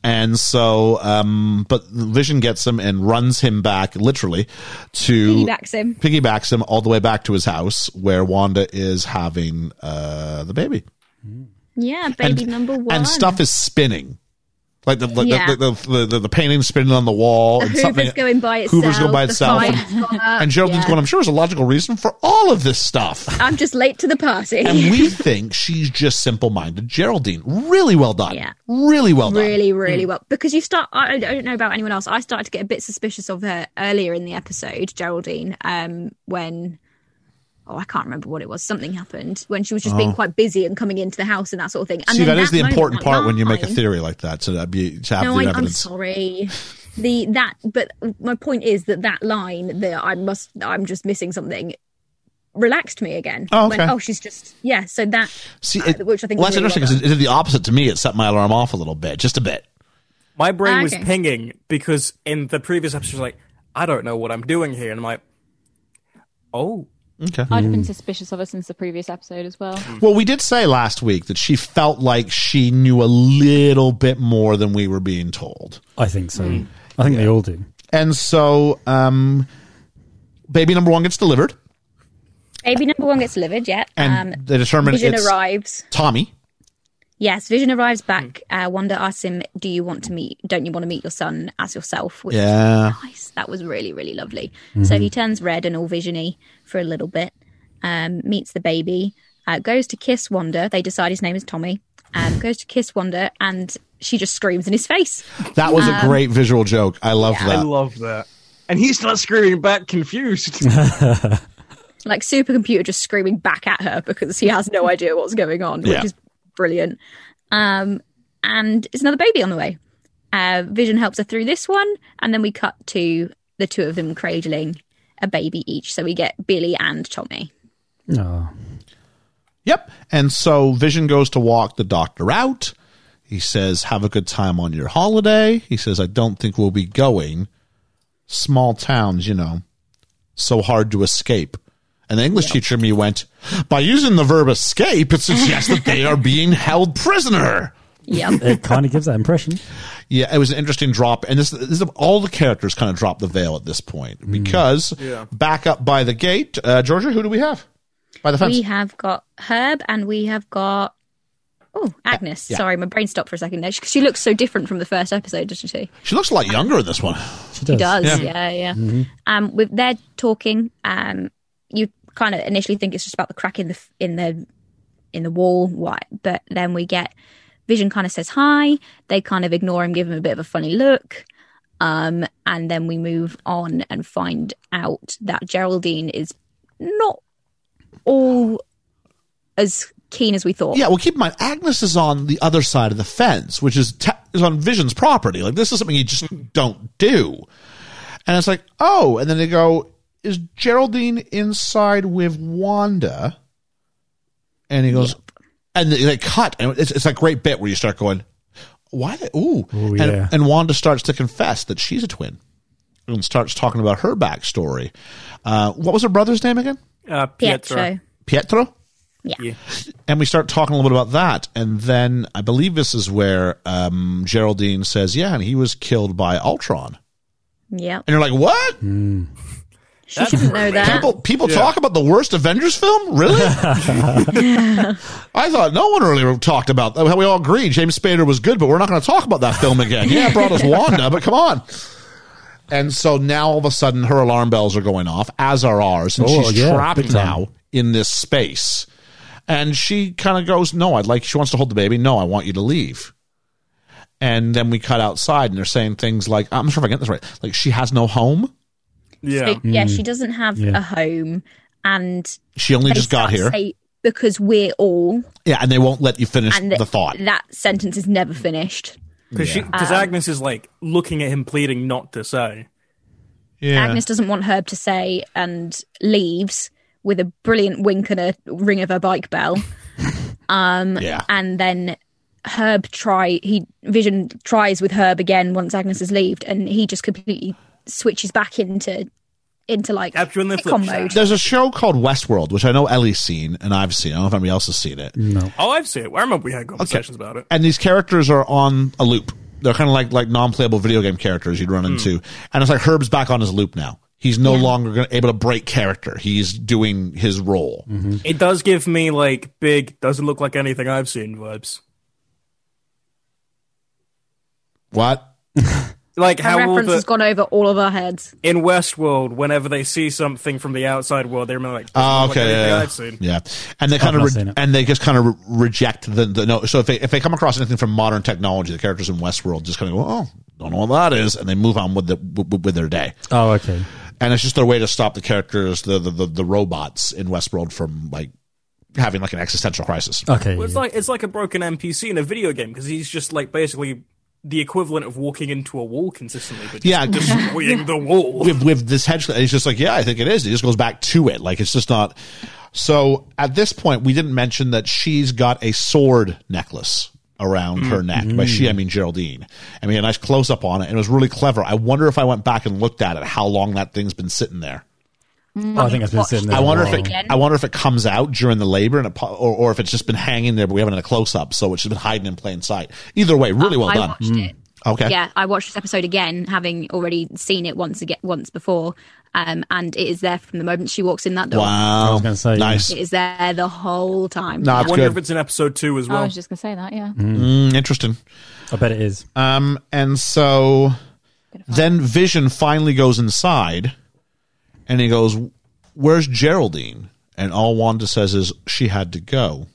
and so um but vision gets him and runs him back literally to
Piggybacks him.
piggybacks him all the way back to his house where wanda is having uh the baby
yeah, baby number one.
and stuff is spinning like the like
Yeah.
the, the, the, the the painting spinning on the wall
The
and
Hoover's
something
going by itself.
Hoover's going by
the
itself and,
fire's gone up,
and geraldine's
Uh, yeah. Uh,
going i'm sure there's a logical reason for all of this stuff
I'm just late to the party.
and we think she's just simple-minded geraldine really well done
Yeah.
really well done
really, really well. Because you start, I I don't know about anyone else. I started to get a bit suspicious of her earlier in the episode, Geraldine, um, when, oh, I can't remember what it was. Something happened when she was just being quite busy and coming into the house and that sort of thing. And
Oh. See,
then
that is the
moment,
important
that
part when you make a
line-
theory like that. So that'd be to have
No,
the
I, I'm
evidence.
sorry. The that, but my point is that that line that I must, I'm just missing something, relaxed me again.
Oh,
Went,
okay.
oh, she's just yeah. So that,
See,
uh,
it,
which I think
well,
is
that's
really
interesting
well
because it, it did the opposite to me. It set my alarm off a little bit, just a bit.
My brain was
Okay.
pinging because in the previous episode, I was like, I don't know what I'm doing here, and I'm like, oh,
Okay.
I'd have been suspicious of her since the previous episode as well.
Uh, Well, we did say last week that she felt like she knew a little bit more than we were being told,
I think so.
Mm.
I think they all do.
and so um, baby number one gets delivered,
baby number one gets delivered. Yeah,
and
um,
they determine
Vision
it's
arrives.
Tommy.
Yes, Vision arrives back. Uh, Wanda asks him, "Do you want to meet? Don't you want to meet your son as yourself?" Which
Yeah.
was nice. That was really, really lovely. So he turns red and all visiony for a little bit. Um, meets the baby. Uh, goes to kiss Wanda. They decide his name is Tommy. Um, goes to kiss Wanda, and she just screams in his face.
That was a great visual joke. I love
Um, I
that.
love that. And he's not screaming back, confused.
like supercomputer just screaming back at her because he has no idea what's going on,
Yeah.
which is brilliant. Um, and it's another baby on the way. Uh, Vision helps her through this one, and then we cut to the two of them cradling a baby each. So we get Billy and Tommy.
No.
Yep. And so Vision goes to walk the doctor out. He says, Have a good time on your holiday. He says, I don't think we'll be going. Small towns, you know, so hard to escape. And the English teacher in me went, By using the verb escape, it suggests that they are being held prisoner.
Yep.
It kind of gives that impression.
Yeah, it was an interesting drop, and this, this is all the characters kind of drop the veil at this point because back up by the gate, uh, Georgia, who do we have? by the fence.
We have got Herb and we have got. Oh, Agnes.
yeah.
Sorry, my brain stopped for a second there because she looks so different from the first episode, doesn't she?
she looks a lot younger in this one.
She
She does.
Yeah.
Yeah, yeah. Um, with their talking, um, you kind of initially think it's just about the crack in the in the in the wall, why? But then we get Vision kind of says hi. They kind of ignore him, give him a bit of a funny look. Um, and then we move on and find out that Geraldine is not all as keen as we thought.
Yeah, well, keep in mind, Agnes is on the other side of the fence, which is, te- is on Vision's property. Like, this is something you just don't do. And it's like, oh, and then they go, is Geraldine inside with Wanda? And he goes, and they, they cut. And it's, it's that great bit where you start going, why? The, ooh. and,
yeah.
and Wanda starts to confess that she's a twin and starts talking about her backstory. Uh, what was her brother's name again?
Uh,
Pietro.
Pietro.
Pietro?
Yeah.
and we start talking a little bit about that and then i believe this is where um, geraldine says yeah and he was killed by ultron
Yeah.
and you're like what
She shouldn't know that.
people people talk about the worst avengers film really i thought no one really talked about that we all agreed james spader was good but we're not going to talk about that film again yeah it brought us wanda but come on and so now all of a sudden her alarm bells are going off as are ours and
Oh,
she's
yeah, big
trapped
time.
now in this space and she kind of goes no i'd like she wants to hold the baby no i want you to leave and then we cut outside and they're saying things like i'm not sure if i get this right like she has no home
Yeah.
So, yeah, she doesn't have
Yeah.
a home and
she only
they
just got
start to
here
say, because we're all
yeah and they won't let you finish
and
the, thought
that sentence is never finished
Because Agnes is like looking at him, pleading not to say.
yeah
agnes doesn't want herb to say and leaves with a brilliant wink and a ring of her bike bell
yeah
and then herb try he vision tries with herb again once agnes has left and he just completely switches back into into like
Capture on the flip
sitcom
side.
mode
there's a show called westworld which i know ellie's seen and i've seen i don't know if anybody else has seen it
Oh, I've seen it. I remember we had conversations about it.
and these characters are on a loop. They're kind of like like non-playable video game characters you'd run into, and it's like Herb's back on his loop now. He's no longer gonna, able to break character. He's doing his role.
It does give me like big, doesn't look like anything I've seen vibes.
What?
Like
her
how all
reference
the,
has gone over all of our heads
in Westworld, whenever they see something from the outside world, they're like, doesn't
Oh,
look like
okay,
anything
yeah,
I've seen.
yeah, and they kind
not
of
seen
re-
it.
and they just kind of re- reject the, the no. So if they if they come across anything from modern technology, the characters in Westworld just kind of go, oh, don't know what that is, and they move on with the with, with their day.
Oh, okay.
and it's just their way to stop the characters, the the the, the robots in Westworld from like having like an existential crisis.
Okay.
Well, it's like it's like a broken NPC in a video game because he's just like basically the equivalent of walking into a wall consistently, but just
Yeah, just-
destroying the wall.
with with this hedge and he's just like yeah i think it is he just goes back to it like it's just not so at this point we didn't mention that she's got a sword necklace around her neck by she i mean geraldine and we had a nice close-up on it and it was really clever i wonder if i went back and looked at it how long that thing's been sitting there
Oh, I think I've been sitting there.
i wonder if
for a
it
while.
Again?
i wonder if it comes out during the labor and it, po- or, or if it's just been hanging there but we haven't had a close-up so it's just been hiding in plain sight either way really well
Um, i
done
watched it
okay
yeah, I watched this episode again, having already seen it once again, once before, um, and it is there from the moment she walks in that door.
wow
was gonna say, yeah.
nice
It is there the whole time.
no
I
it's
wonder
good
if it's in episode two as
I
Oh,
well.
was just gonna say that. Yeah.
Mm, interesting
I bet it is.
Um, and so then Vision finally goes inside and he goes, Where's Geraldine? And all Wanda says is, She had to go.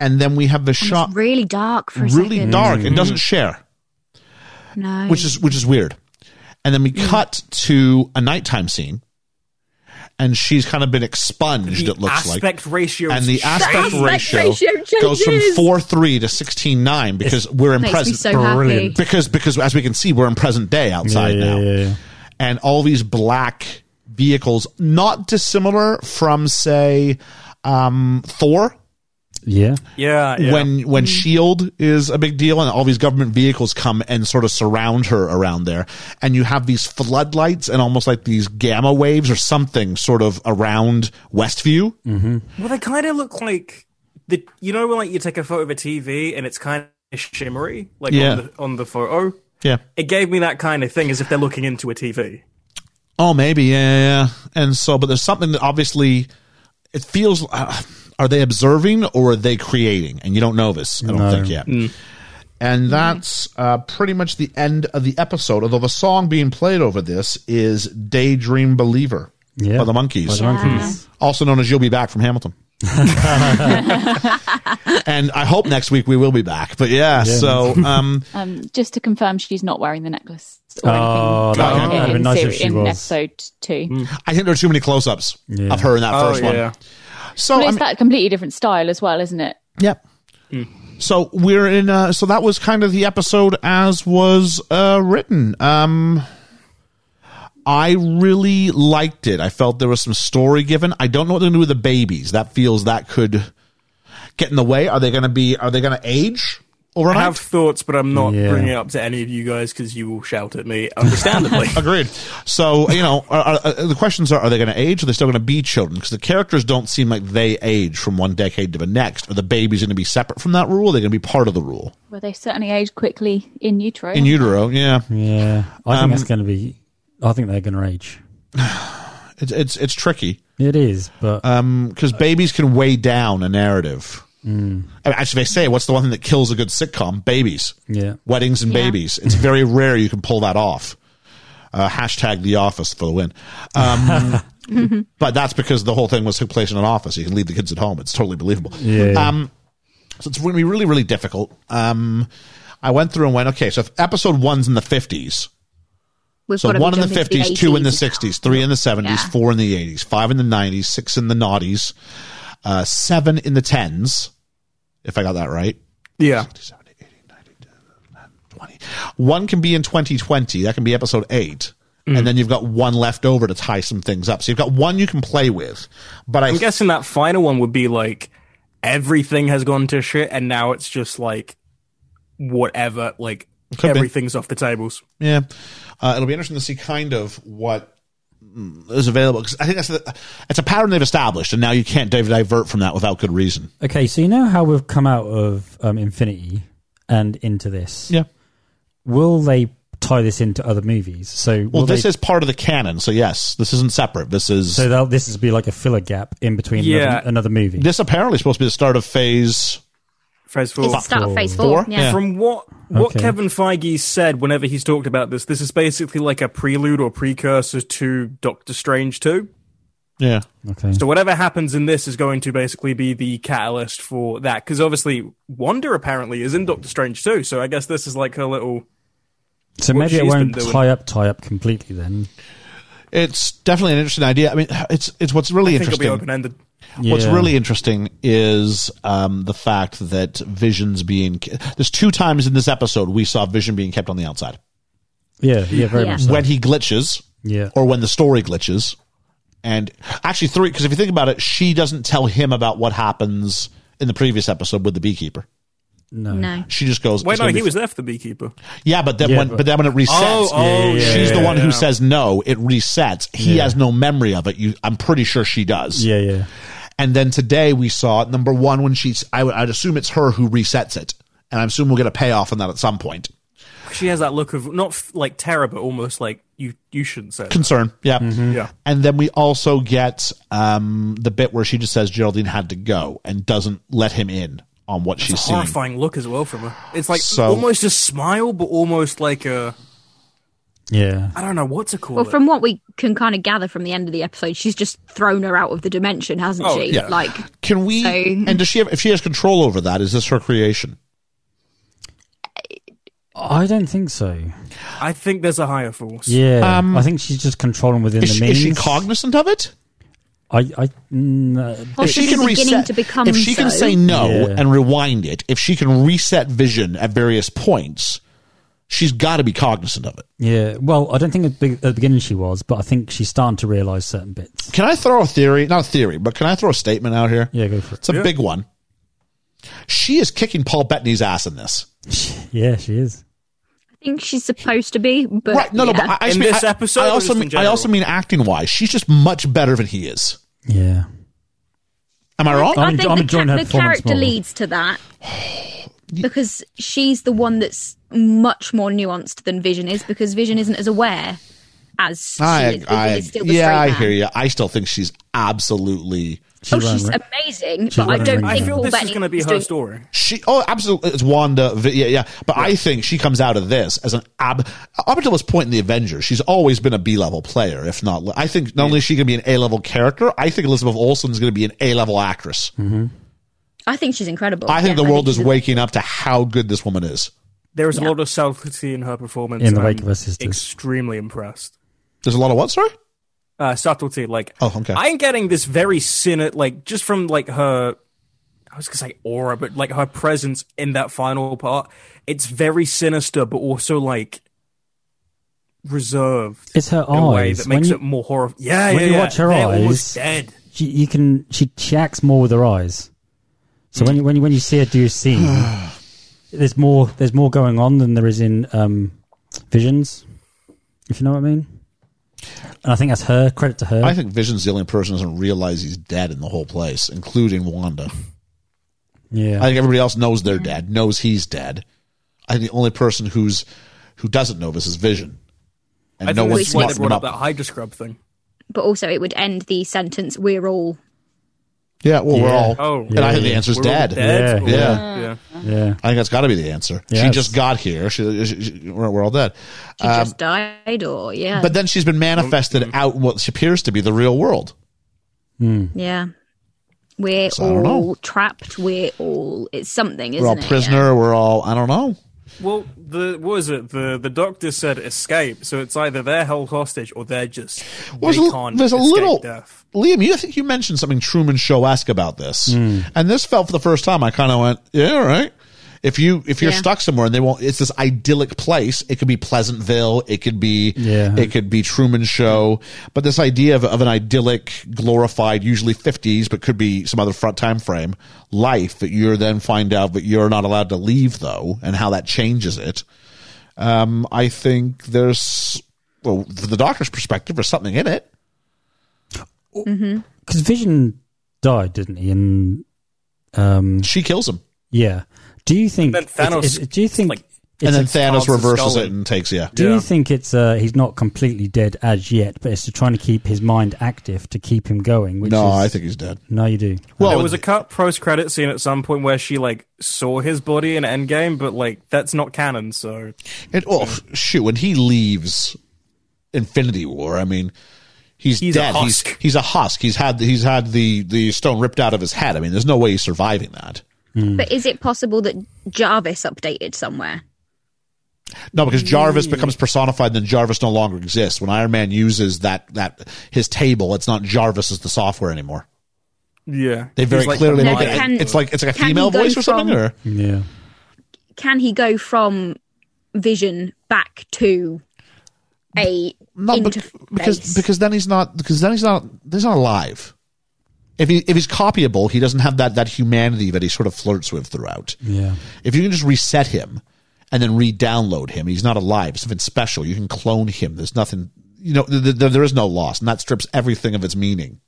And then we have the shot
It's really dark for a
uh, really
second.
dark and
Mm-hmm.
doesn't share,
No,
which is which is weird. And then we
Mm.
cut to a nighttime scene and she's kind of been expunged, it looks like.
aspect ratio
And
is
the aspect
Aspect
ratio,
ratio
goes from
changes.
4 3 to 16 9 because we're in
makes me
present
so
Brilliant.
happy.
because because as we can see we're in present day outside
Yeah, yeah,
now
yeah, yeah.
and all these black vehicles not dissimilar from say um thor
Yeah.
yeah, yeah.
when when shield E is a big deal and all these government vehicles come and sort of surround her around there and you have these floodlights and almost like these gamma waves or something sort of around westview
Mm.
well, they kind of look like the you know when like you take a photo of a TV and it's kind of shimmery, like
Yeah.
on, the, on the photo.
yeah
It gave me that kind of thing, as if they're looking into a TV.
Oh, maybe, yeah, yeah, yeah. And so, but there's something that obviously it feels uh, are they observing or are they creating? And you don't know this, I don't
No.
think yet.
Mm.
And that's uh, pretty much the end of the episode. Although the song being played over this is "Daydream Believer"
Yeah.
by the Monkees,
By the monkeys.
also known as "You'll Be Back" from Hamilton. and I hope next week we will be back. But yeah,
Yeah.
so um,
Um, just to confirm, she's not wearing the necklace. Or
Oh,
anything.
that
in-
would've
in,
been nice if
seri-
she
in
was.
episode
Mm.
two.
I think there are too many close-ups
Yeah.
of her in that
Oh
first
yeah.
one. So I
But it's
mean-
that completely different style as well, isn't it?
Yep. So we're in. Uh, so that was kind of the episode as was uh, written. Um, I really liked it. I felt there was some story given. I don't know what they're going to do with the babies. That feels that could get in the way. Are they going to be? Are they going to age overnight?
I have thoughts, but I'm not
Yeah.
bringing it up to any of you guys because you will shout at me, understandably.
Agreed. So you know, are, are, are- the questions are: Are they going to age? Are they still going to be children? Because the characters don't seem like they age from one decade to the next. Are the babies going to be separate from that rule? Are they going to be part of the rule
Well, they certainly age quickly in utero.
in utero? Yeah. Um,
Yeah, I think that's going to be. I think they're going to age.
It's it's it's tricky
It is, but
Uh, because babies can weigh down a narrative.
Mm.
I mean, actually, they say what's the one thing that kills a good sitcom? Babies,
Yeah.
weddings, and
Yeah.
babies. It's very rare you can pull that off. Uh, hashtag the office for the win. Um, but that's because the whole thing was took place in an office. You can leave the kids at home. It's totally believable.
Yeah.
Um, so it's going to be really, really difficult. Um, I went through and went, okay, so if episode one's in the 50s,
We've
so
gotta be
one in the
jumping to
fifties, two in the
80s.
sixties, three in the seventies,
Yeah.
four in the eighties, five in the nineties, six in the noughties, uh, seven in the tens, if I got that right.
yeah.
70, 80, 90, 20. One can be in 2020. That can be episode eight. And then you've got one left over to tie some things up. So you've got one you can play with. But I,
I'm guessing that final one would be like everything has gone to shit, and now it's just like whatever, like
be.
everything's off the tables.
Yeah, uh, it'll be interesting to see kind of what mm, is available 'Cause I think that's the, it's a pattern they've established, and now you can't div- divert from that without good reason.
okay. So you know how we've come out of um, Infinity and into this.
Yeah.
Will they tie this into other movies? So will
Well, this
they,
is part of the canon, so yes, this isn't separate. This is
so they'll- this is be like a filler gap in between another-
Yeah.
another, movie.
this apparently is supposed to be the start of phase.
Phase
It's
four.
the start of phase
Four?
four.
Yeah.
Yeah.
From what what
Okay.
Kevin Feige said whenever he's talked about this, this is basically like a prelude or precursor to Doctor Strange two.
Yeah,
okay.
So whatever happens in this is going to basically be the catalyst for that. Because obviously, Wanda apparently is in Doctor Strange too. So I guess this is like her little.
So
what
maybe it
she's been
won't
doing.
tie up, tie up completely then.
it's definitely an interesting idea. I mean, it's it's what's really
I think it'll be
interesting.
open ended.
What's
Yeah.
really interesting is um, the fact that Vision's being. ke- There's two times in this episode we saw Vision being kept on the outside
Yeah, yeah, very
Yeah.
much. So.
when he glitches.
yeah,
or when the story glitches. And actually, three, because if you think about it, she doesn't tell him about what happens in the previous episode with the beekeeper.
no,
No.
She just goes,
Wait,
"It's
no,
gonna
he
be-
was there for the beekeeper.
Yeah, but then,
Yeah,
when, but,
but- Oh,
then when it resets,
yeah, yeah,
she's the one
yeah.
who says no, it resets. He
Yeah.
has no memory of it. You, I'm pretty sure she does.
yeah, yeah,
And then today we saw number one when she's, I would I'd assume it's her who resets it. And I assume we'll get a payoff on that at some point.
She has that look of not f- like terror, but almost like you you shouldn't say. That.
Concern. Yeah.
Mm-hmm.
Yeah.
And then we also get um, the bit where she just says Geraldine had to go and doesn't let him in on what she's
It's a
seeing.
horrifying look as well from her. It's like
So-
almost a smile, but almost like a
yeah.
I don't know what to call
Well,
it.
from what we can kind of gather from the end of the episode, she's just thrown her out of the dimension, hasn't
Oh,
she?
yeah.
Like,
Can we?
So-
and does she have? If she has control over that, is this her creation?
I don't think so.
I think there's a higher force.
Yeah,
Um,
I think she's just controlling within
Is
the
she,
means.
is she cognizant of it?
I, I, mm, uh,
well, she's beginning to become.
if she can
so.
say no
Yeah.
and rewind it, if she can reset vision at various points, she's got to be cognizant of it.
yeah. Well, I don't think at the, at the beginning she was, but I think she's starting to realise certain bits.
Can I throw a theory? Not a theory, but can I throw a statement out here?
Yeah, go for it.
It's a big one. She is kicking Paul Bettany's ass in this.
Yeah, she is.
I think she's supposed to be, but
right? No, no.
yeah.
But I, I
In
speak-
this
I-
episode
I
or
also
just in
mean, I
general?
also mean acting wise. She's just much better than he is.
Yeah,
Am I wrong?
I'm-
think
I'm
the,
enjoying her
the
performance
character
more.
leads to that because she's the one that's much more nuanced than Vision is because Vision isn't as aware as she is. Vision is still the
yeah,
straight
I
man.
hear you. I still think she's absolutely
She
oh,
ran
she's
ri-
amazing,
She
but I
ran
don't
ring
I
around.
think
feel
Paul
this is
Bettany
going to be
is
her
doing-
story.
She, oh, absolutely. It's Wanda. Vi- Yeah, yeah. But I think she comes out of this as an ab. Up until this point in the Avengers, she's always been a B level player, if not. I think not only is she going to be an A level character, I think Elizabeth Olsen is going to be an A level actress.
Hmm.
I think she's incredible.
I think
Yeah,
the world is
she's-
waking up to how good this woman is.
There is a lot of subtlety in her performance.
In the
and
wake of
I'm
her sisters.
Extremely impressed.
There's a lot of what, sorry?
Uh, subtlety, like
Oh, okay.
I'm getting this very cynic, like just from like her. I was gonna say aura, but like her presence in that final part, it's very sinister, but also like reserved
It's her
in a way
eyes.
that
When
makes
you,
it more horrifying. Yeah,
when
yeah,
you
yeah.
watch her
They're
eyes-
almost dead.
she, you can she, she acts more with her eyes. So when you when you when you see her do a scene, there's more there's more going on than there is in um, Visions, if you know what I mean. And I think that's her credit to her.
I think Vision's the only person who doesn't realize he's dead in the whole place, including Wanda.
yeah,
I think everybody else knows they're dead, knows he's dead. I think the only person who's who doesn't know this is Vision, and
I
no
think
one's
that's why they
smartened
brought
him
up
up.
that Hydra scrub thing.
But also, it would end the sentence, we're all.
Yeah, well, we're
Yeah.
all.
Oh.
and I think the
Yeah.
answer's
We're all
dead.
dead?
Yeah.
Or-
Yeah.
yeah.
yeah.
I think that's got to be the answer. She
Yes.
just got here. She, she, she- we're, we're all dead. Um,
She just died, or yeah.
But then she's been manifested
Mm-hmm.
out what appears to be the real world.
Hmm.
yeah. We're
So I don't know.
all trapped. We're all. It's something, isn't
We're all
it?
prisoner. We're all. I don't know.
Well, the what was it? The the doctor said escape, so it's either they're held hostage or they're just
Well,
they
there's a-
can't
there's a
escape
little
death.
Liam, you I think you mentioned something Truman Show esque about this, and this felt for the first time. I kind of went, yeah, all right. If you if you're
Yeah.
stuck somewhere and they won't, it's this idyllic place. It could be Pleasantville. It could be
Yeah.
It could be Truman Show. But this idea of, of an idyllic, glorified, usually 50s, but could be some other front time frame life that you're then find out that you're not allowed to leave though, and how that changes it. Um, I think there's well, from the doctor's perspective, there's something in it.
Because Vision died, didn't he? And um,
She kills him.
yeah. Do you think?
then Thanos
it's- it's- do you think?
like-
it's
and then
a-
Thanos
Thompson
reverses
Scully.
it and takes yeah.
Do
Yeah.
you think it's uh, he's not completely dead as yet, but it's to trying to keep his mind active to keep him going? Which
No,
is,
I think he's dead.
no, you do.
Well,
there was a cut post credit scene at some point where she like saw his body in Endgame, but like that's not canon. So
it, oh shoot, when he leaves Infinity War, I mean, he's,
He's a
dead. He's
husk.
he's a husk. He's had he's had the the stone ripped out of his head. I mean, there's no way he's surviving that.
Hmm.
But is it possible that Jarvis updated somewhere?
No, because Jarvis becomes personified, then Jarvis no longer exists. When Iron Man uses that that his table, it's not Jarvis as the software anymore.
yeah,
They very
He's, like,
clearly
the
make
No,
it.
mind.
can-
it's like it's like a
can
female
he go
voice or something.
from-
Or
Yeah.
Can he go from Vision back to a
No, bec-
interface?
because because then he's not because then he's not he's not alive. If he if he's copyable, he doesn't have that that humanity that he sort of flirts with throughout.
Yeah.
If you can just reset him and then re-download him, he's not alive. Something special. You can clone him. There's nothing. You know, th- th- there is no loss, and that strips everything of its meaning.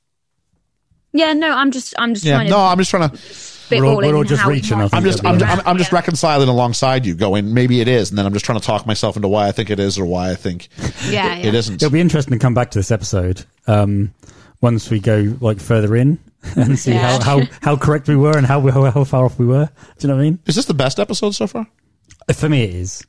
yeah, no, I'm just, I'm just
Yeah.
trying to
No, I'm just trying to.
spitballing
We're all- we're all just
how it
reaching, I
might
think,
I'm just.
Yeah.
I'm,
around,
I'm, I'm just
yeah.
reconciling alongside you, going maybe it is, and then I'm just trying to talk myself into why I think it is or why I think
Yeah,
it isn't.
It'll be interesting to come back to this episode um, once we go like further in and see
Yeah.
how, how, how correct we were and how, we- how how far off we were. Do you know what I mean?
Is this the best episode so far?
For me, it is.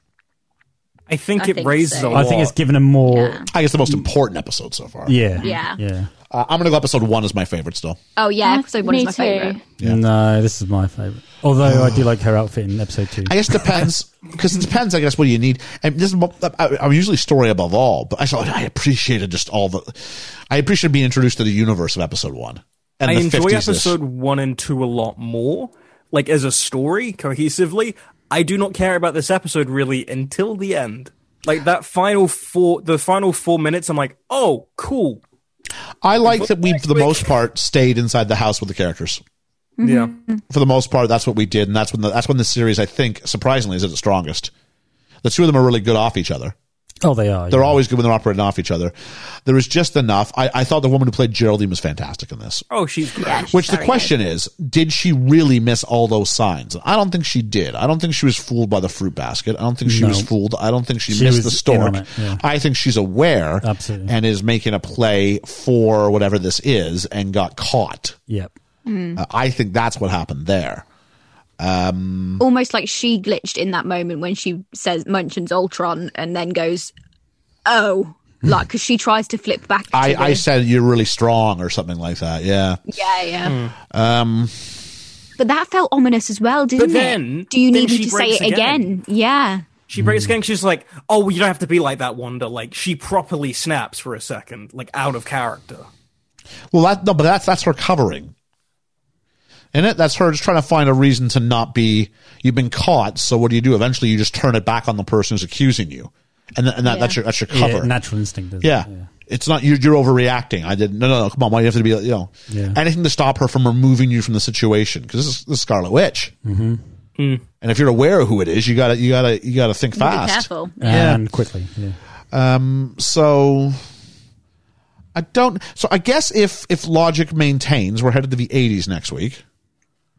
I think
I
it
think
raises
so.
a
I
lot.
think it's given him more.
Yeah.
I guess the most important episode so far.
Yeah.
Yeah.
Yeah.
Uh, I'm gonna go episode one is my favorite still.
Oh yeah, episode one
Me
is my
too.
favorite.
No, this is my favorite. Although I do like her outfit in episode two.
I guess it depends because it depends. I guess what you need. And this, is mo- uh, I, I'm usually story above all, but I saw I appreciated just all the. I appreciated being introduced to the universe of episode one. And
I
the
enjoy
50s -ish.
episode one and two a lot more, like as a story cohesively. I do not care about this episode really until the end. Like that final four, the final four minutes, I'm like, oh, cool.
I like that we, for the most part, stayed inside the house with the characters.
Mm-hmm.
Yeah,
For the most part, that's what we did, and that's when the, that's when the series, I think, surprisingly, is at its strongest. The two of them are really good off each other.
Oh, they are.
They're
yeah.
always good when they're operating off each other. There was just enough. I, I thought the woman who played Geraldine was fantastic in this.
Oh, she's great.
Which the question is, did she really miss all those signs? I don't think she did. I don't think she was fooled by the fruit basket. I don't think she
No.
was fooled. I don't think she,
She
missed
was
the
in
stork.
on it, yeah.
I think she's aware
Absolutely.
and is making a play for whatever this is and got caught.
Yep.
Uh, I think that's what happened there.
Almost like she glitched in that moment when she says mentions Ultron and then goes, "Oh." Like, because she tries to flip back. to
I,
the-
I said you're really strong or something like that. Yeah.
yeah, yeah. Um, but that felt ominous as well, didn't
then-
it? Do you
then
need me
she
to say
breaks
it again? Yeah.
She breaks gang. She's like, "Oh, well, you don't have to be like that, Wanda." Like she properly snaps for a second, like out of character.
Well, that no, but that's that's her covering. In it, that's her just trying to find a reason to not be. You've been caught, so what do you do? Eventually, you just turn it back on the person who's accusing you, and th- and that, that's your that's your cover.
Yeah, natural instinct. Does
Yeah. It's not you're, you're overreacting. I didn't. No, no, no. Come on, why do you have to be? You know,
Yeah.
anything to stop her from removing you from the situation because this is, this is Scarlet Witch. Mm-hmm. And if you're aware of who it is, you gotta you gotta you gotta think
Be
fast.
careful.
Yeah.
And quickly. Yeah.
So I don't. So I guess if if logic maintains, we're headed to the 80s next week.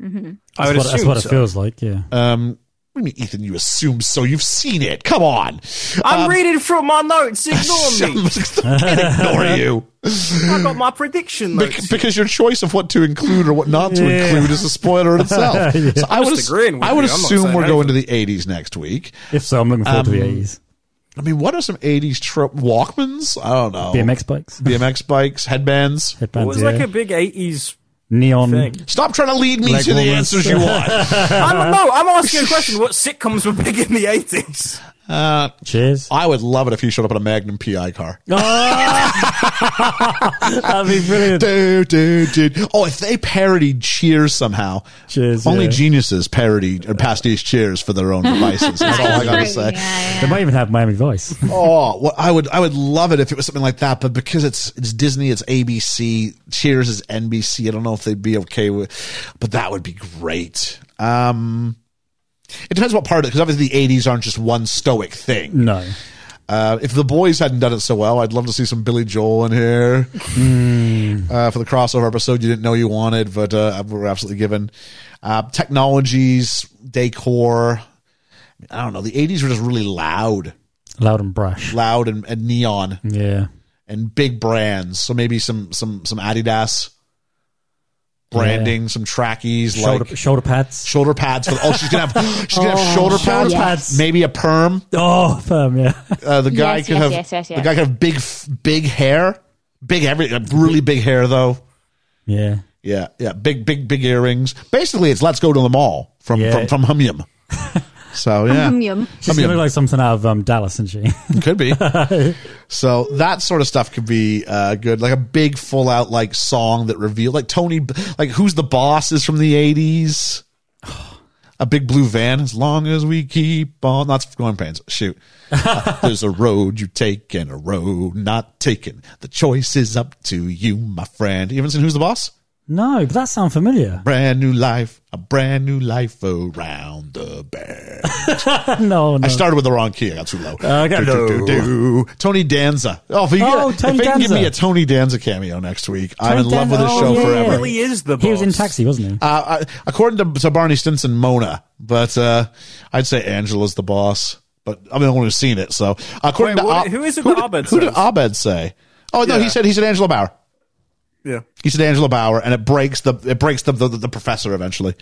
I
That's
would
what, that's
assume
what it
so.
feels like. Yeah.
Uh, What do you mean, Ethan? You assume so. You've seen it. Come on.
I'm reading from my notes. Ignore me.
Ignore you.
I got my prediction
Bec-
notes.
because your choice of what to include or what not to include is a spoiler in itself. So I would,
just
ass-
agreeing with
I would
you. I'm not
assume
saying
we're going to
anything.
the 80s next week.
if so, I'm looking forward
um,
to the 80s.
I mean, what are some 80s trope? Walkmans? I don't know.
BMX bikes.
BMX bikes, headbands.
it
Headbands,
was
yeah.
like a big '80s
neon.
thing.
Stop trying to lead me
Leg
to the
warmers.
answers you want.
I'm, no, I'm asking a question. What sitcoms were big in the '80s?
Cheers.
I would love it if you showed up in a Magnum PI car.
That'd be brilliant.
Do, do, do. Oh, if they parodied Cheers somehow,
Cheers,
only
yeah.
geniuses parody or pastiche Cheers for their own devices. That's all I gotta
True,
say.
yeah,
They might even have Miami Vice.
Oh, well, I would, I would love it if it was something like that. But because it's it's Disney, it's ABC. Cheers is NBC. I don't know if they'd be okay with, but that would be great. Um, it depends what part of it, because obviously the '80s aren't just one stoic thing.
No.
Uh, if the boys hadn't done it so well, I'd love to see some Billy Joel in here
Hmm.
uh, for the crossover episode you didn't know you wanted, but uh, we're absolutely given. Uh, technologies, decor. I don't know. The 80s were just really loud,
Loud and brash.
loud and, and neon
Yeah.
and big brands. So maybe some some some Adidas branding, some trackies,
Shoulder,
like
shoulder pads.
shoulder pads. For, oh, she's gonna have she's gonna have shoulder pads.
shoulder pads.
Maybe a perm.
Oh, firm, yeah.
Uh, the guy
Yes,
could
yes,
have
yes, yes,
the
yes.
guy could have big f- big hair, big every uh, really big hair though.
Yeah.
Yeah, yeah, big big big earrings. Basically, it's let's go to the mall from
Yeah.
from from Humyum. So yeah,
Yum, yum.
She's
mean-
going to look like something out of um, Dallas, isn't she?
Could be. so that sort of stuff could be uh, good, like a big full out like song that reveal like Tony, like who's the boss is from the eighties. A big blue van. As long as we keep on, that's going pains. Shoot, Uh, there's a road you take and a road not taken. The choice is up to you, my friend. You haven't seen who's the boss?
no, but that sounds familiar.
Brand new life, a brand new life around the bend.
No, no.
I started with the wrong key. I got too low.
Uh,
I got-
Do, do,
no.
do, do. Tony Danza. Oh, if, you
Oh,
get,
Tony
if they can give
Danza.
me a Tony Danza cameo next week, I'm in
Tony
love with
Danza.
this
Oh,
show
yeah.
forever.
Really is the boss.
he was in Taxi, wasn't he?
Uh, I, according to, to Barney Stinson, Mona, but uh, I'd say Angela's the boss. But I'm the only one who's seen it. So according
Wait,
to
what-
Ab-
who is it
who,
that
did-
Abed
who did
says?
Abed say? Oh no, he
Yeah.
said he said Angela Bauer.
Yeah.
He said Angela Bauer, and it breaks the it breaks the the, the professor eventually.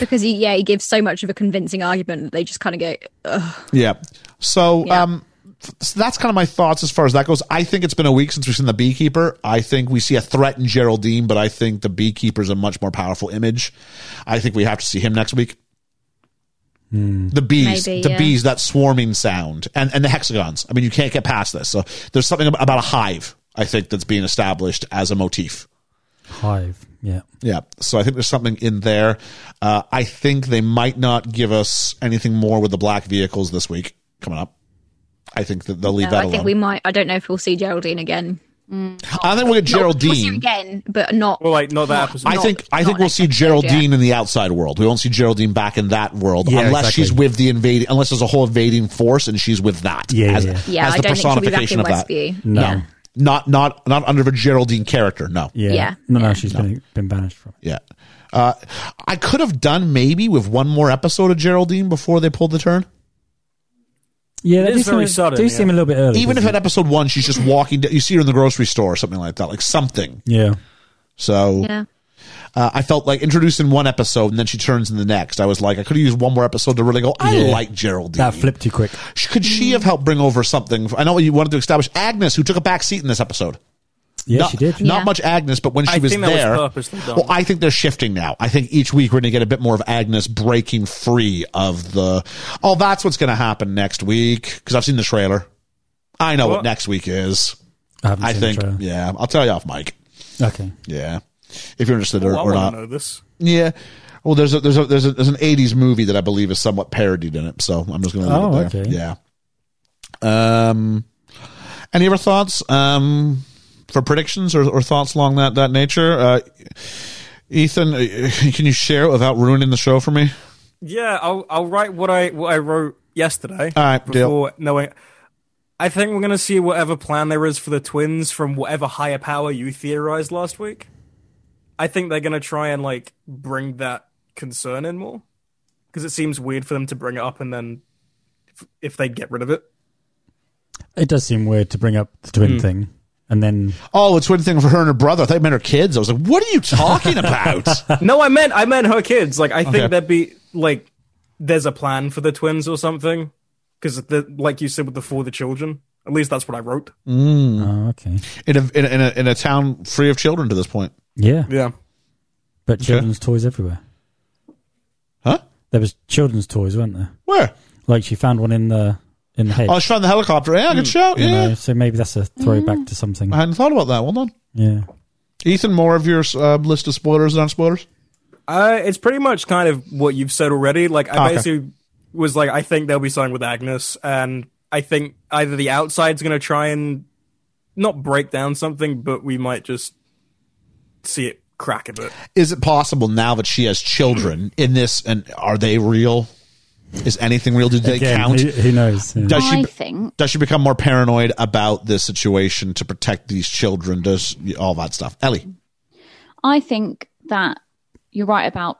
Because he, yeah, he gives so much of a convincing argument that they just kind of go, Ugh.
Yeah. So
Yeah.
um f- so that's kind of my thoughts as far as that goes. I think it's been a week since we've seen the beekeeper. I think we see a threat in Geraldine, but I think the beekeeper's a much more powerful image. I think we have to see him next week. The bees,
Maybe,
the
yeah.
bees, that swarming sound, and and the hexagons. I mean, you can't get past this. So there's something ab- about a hive. I think that's being established as a motif.
Hive. Yeah.
Yeah. So I think there's something in there. Uh, I think they might not give us anything more with the black vehicles this week coming up. I think that they'll leave
No,
that
I
alone.
think we might. I don't know if we'll see Geraldine again.
I think we'll get
We'll see her
Geraldine.
again, but not.
Well, like not that episode.
I
Not-
think I
not
think we'll
next
see
episode, yeah.
Geraldine in the outside world. We won't see Geraldine back in that world
Yeah,
unless
exactly.
she's with the invading, unless there's a whole invading force and she's with that.
Yeah,
as,
yeah, yeah.
yeah,
as
I
the
don't think she'll be back in
personification of that.
Westview.
No.
Yeah.
Not not not under the Geraldine character. No.
Yeah.
Yeah.
No, no, she's been been banished from. it.
Yeah. Uh, I could have done maybe with one more episode of Geraldine before they pulled the turn.
Yeah, they
is
do, seem,
very
a-
sudden,
do
yeah.
seem a little bit early.
Even if
doesn't
at episode one she's just walking, down, you see her in the grocery store or something like that, like something.
it? yeah,
So
Yeah.
uh, I felt like introduced in one episode and then she turns in the next. I was like, I could have used one more episode to really go. I
Yeah.
like Geraldine.
that flipped too quick.
Could she have helped bring over something? I know what you wanted to establish. Agnes, who took a back seat in this episode.
Yeah,
not,
she did.
Not
Yeah.
much Agnes, but when she
I
was
think that was
there.
purposely done.
Well, I think they're shifting now. I think each week we're going to get a bit more of Agnes breaking free of the. Oh, that's what's going to happen next week because I've seen the trailer. I know what
Well-
next week is.
I haven't
I
seen the
think.
trailer.
Yeah, I'll tell you off, Mike.
Okay.
Yeah, if you're interested or,
Well, I
or
want
not.
to know this.
Yeah. Well, there's a, there's a, there's a, there's an '80s movie that I believe is somewhat parodied in it, so I'm just going to leave
Oh,
it there.
okay.
Yeah. Um, any other thoughts um for predictions or, or thoughts along that that nature? Uh, Ethan, uh, can you share it without ruining the show for me?
Yeah, I'll I'll write what I what I wrote yesterday.
All right, deal.
before knowing. I think we're gonna see whatever plan there is for the twins from whatever higher power you theorized last week. I think they're gonna try and like bring that concern in more because it seems weird for them to bring it up and then if, if they get rid of it.
It does seem weird to bring up the twin
Hmm.
thing, and then
Oh, it's one thing for her and her brother. I thought you meant her kids. I was like, what are you talking about?
No, I meant I meant her kids. Like I
Okay.
think there'd be like there's a plan for the twins or something because like you said with the for the children. At least that's what I wrote.
Hmm.
oh, okay,
in, a, in a in a in a town free of children to this point,
yeah.
Yeah.
But children's toys everywhere.
huh?
There was children's toys, weren't there?
Where?
Like she found one in the in the hedge.
Oh, she found the helicopter. Yeah, good shout.
you
Yeah,
know, so maybe that's a throwback to something.
I hadn't thought about that. Well done.
Yeah.
Ethan, more of your uh, list of spoilers and non-spoilers.
Uh, it's pretty much kind of what you've said already. Like, I
Okay.
basically was like, I think there'll be something with Agnes, and I think either the outside's going to try and not break down something, but we might just see it crack a bit.
Is it possible now that she has children in this, and are they real? Is anything real? Do they
Again,
count?
Who, who knows? Yeah.
Does she?
I think
Does she become more paranoid about this situation to protect these children? Does all that stuff? Ellie,
I think that you're right about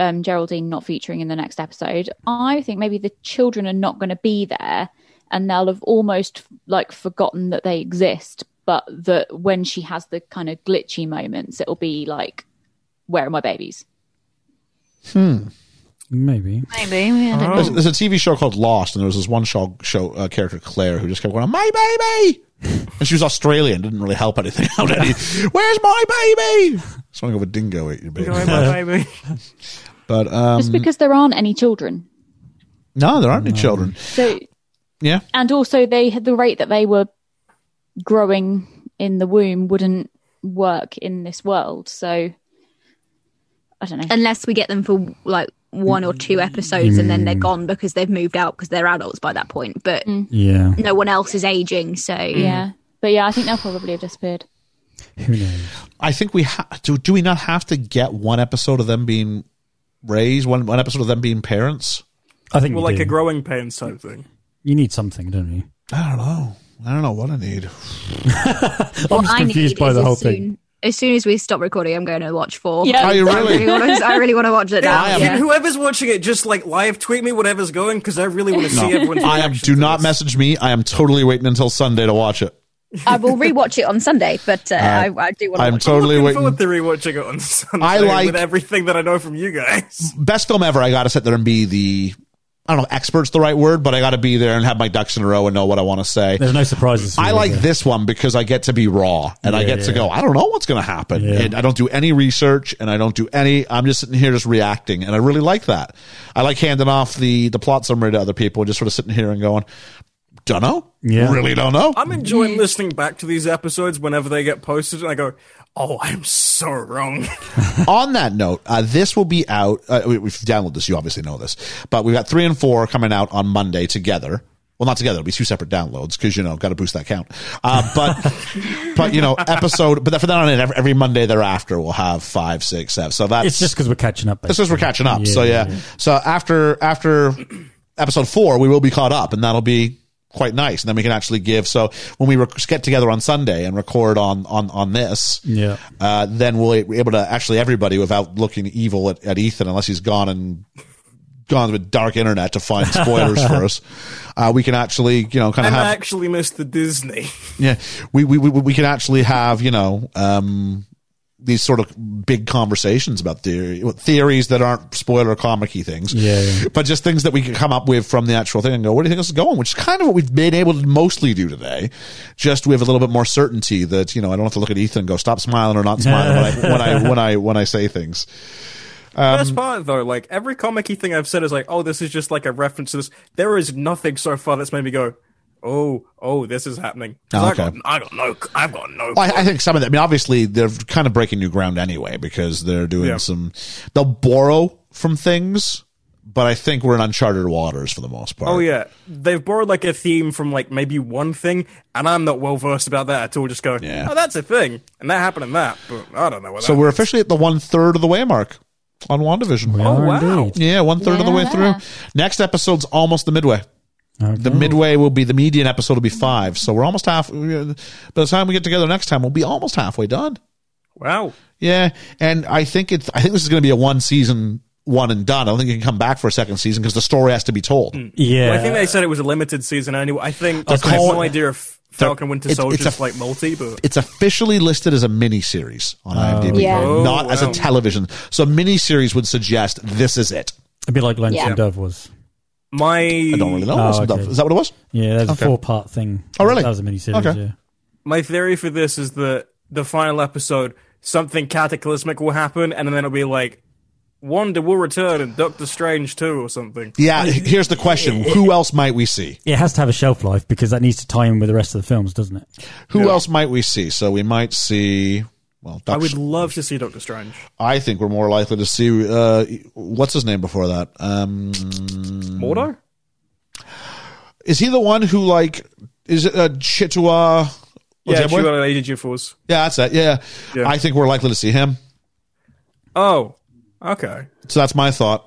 um, Geraldine not featuring in the next episode. I think maybe the children are not going to be there, and they'll have almost like forgotten that they exist. But that when she has the kind of glitchy moments, it'll be like, "Where are my babies?"
Maybe.
Maybe. I
Uh-huh.
don't know.
there's, there's a TV show called Lost, and there was this one show, show uh, character Claire who just kept going, "My baby," and she was Australian, didn't really help anything out. Any, where's my baby? Something of a dingo ate your baby,
Maybe.
but um,
Just because there aren't any children,
no, there aren't any children.
so
Yeah.
and also they had the rate that they were growing in the womb wouldn't work in this world. So I don't know.
Unless we get them for like one or two episodes and then they're gone because they've moved out because they're adults by that point. But
Yeah.
no one else is aging, so
Yeah. But yeah, I think they'll probably have disappeared.
Who knows?
I think we ha- do. Do we not have to get one episode of them being raised, one one episode of them being parents?
I think
well,
we
like a
do.
growing pains type thing.
you need something, don't you?
I don't know. I don't know what I need.
What
just
I
confused
need
by
is
the
as
whole thing.
soon- As soon as we stop recording, I'm going to watch four.
Yeah.
Are you
I really
really?
want to. I really want to watch it now.
I am-
yeah.
Whoever's watching it, just like live tweet me whatever's going because I really want to see everyone's.
I am.
reaction
Do
to
not
this.
message me. I am totally waiting until Sunday to watch it.
I will rewatch it on Sunday, but uh, I, I do want to.
I'm
watch
totally
Oh, Looking forward
waiting.
to rewatching it on Sunday
I like-
with everything that I know from you guys.
Best film ever. I got to sit there and be the. I don't know. if Expert's the right word, but I got to be there and have my ducks in a row and know what I want to say.
There's no surprises. for
I
you,
like
is there?
this one because I get to be raw and I
Yeah,
get to
yeah.
go, I don't know what's going to happen.
Yeah.
And I don't do any research and I don't do any, I'm just sitting here just reacting. And I really like that. I like handing off the, the plot summary to other people and just sort of sitting here and going, don't know.
Yeah.
Really don't know.
I'm enjoying listening back to these episodes whenever they get posted, and I go, "Oh, I'm so wrong."
On that note, uh, this will be out. Uh, we, we've downloaded this. You obviously know this, but we've got three and four coming out on Monday together. Well, Well, not together. It'll be two separate downloads because you know, got to boost that count. Uh, but but you know, episode. But for that on it, every, every Monday thereafter, we'll have five, six, seven. So that's
It's just because we're catching up.
it's just we're catching up.
Yeah,
so yeah. So after after episode four, we will be caught up, and that'll be quite nice. And then we can actually give. So when we rec- get together on Sunday and record on on on this,
Yeah.
uh, then we'll be able to actually everybody without looking evil at, at Ethan, unless he's gone and gone to the dark internet to find spoilers for us. Uh, we can actually you know kind of
And uh, I
have
actually missed the Disney.
yeah, we, we we we can actually have you know um, these sort of big conversations about theory theories that aren't spoiler comicy things,
Yeah, yeah.
but just things that we can come up with from the actual thing and go, "What do you think this is going?" Which is kind of what we've been able to mostly do today, just with a little bit more certainty that you know I don't have to look at Ethan and go, "Stop smiling" or "Not smiling" when I when I when I when I say things. Um,
Best part though, like every comic-y thing I've said is like, oh, this is just like a reference to this. There is nothing so far that's made me go, oh, oh, this is happening. 'Cause
Oh,
I,
okay.
got, I got no, I've got no.
Well, I, I think some of that. I mean, obviously they're kind of breaking new ground anyway because they're doing
Yeah.
some. They'll borrow from things, but I think we're in uncharted waters for the most part.
Oh yeah, they've borrowed like a theme from like maybe one thing, and I'm not well versed about that at all. Just go,
Yeah.
oh, that's a thing, and that happened in that, but I don't know. What
So
that
we're
means.
officially at the one third of the way mark on Wandavision.
We
Oh,
are
wow.
indeed.
Yeah, one third of the way
Yeah.
through. Next episode's almost the midway.
Okay.
The midway will be the median episode will be five. So we're almost half. By the time we get together next time, we'll be almost halfway done.
wow.
Yeah, and I think it's. I think this is going to be a one season, one and done. I don't think you can come back for a second season because the story has to be told.
yeah.
Well, I think they said it was a limited season anyway. I think I
It's
have
called-
no idea if Falcon Winter
it's-
Soldier's
it's a-
like multi, but
it's officially listed as a miniseries on IMDb,
Yeah.
Oh,
not as a
wow.
television. So miniseries would suggest this is it.
It'd be like Lonesome
Yeah.
Dove was.
my
I don't really know.
Oh,
What's the-
okay.
Is that what it was?
Yeah, there's
Okay.
a four part thing.
Oh, really?
That was a miniseries.
Okay.
Yeah.
my theory for this is that the final episode, something cataclysmic will happen, and then it'll be like Wanda will return and Doctor Strange too, or something.
Yeah. Here's the question: Who else might we see?
It has to have a shelf life because that needs to tie in with the rest of the films, doesn't it?
Who else might we see? So we might see. Well, Doctor,
I
I,
would love to see Doctor Strange.
think we're more likely to see. Uh, what's his name before that? Um,
Mordo?
is he the one who like is it uh, Chitua?
Yeah,
Ojibwe?
she will Lady Jufus.
yeah, that's it. Yeah.
Yeah.
I think we're likely to see him.
Oh, okay.
So that's my thought.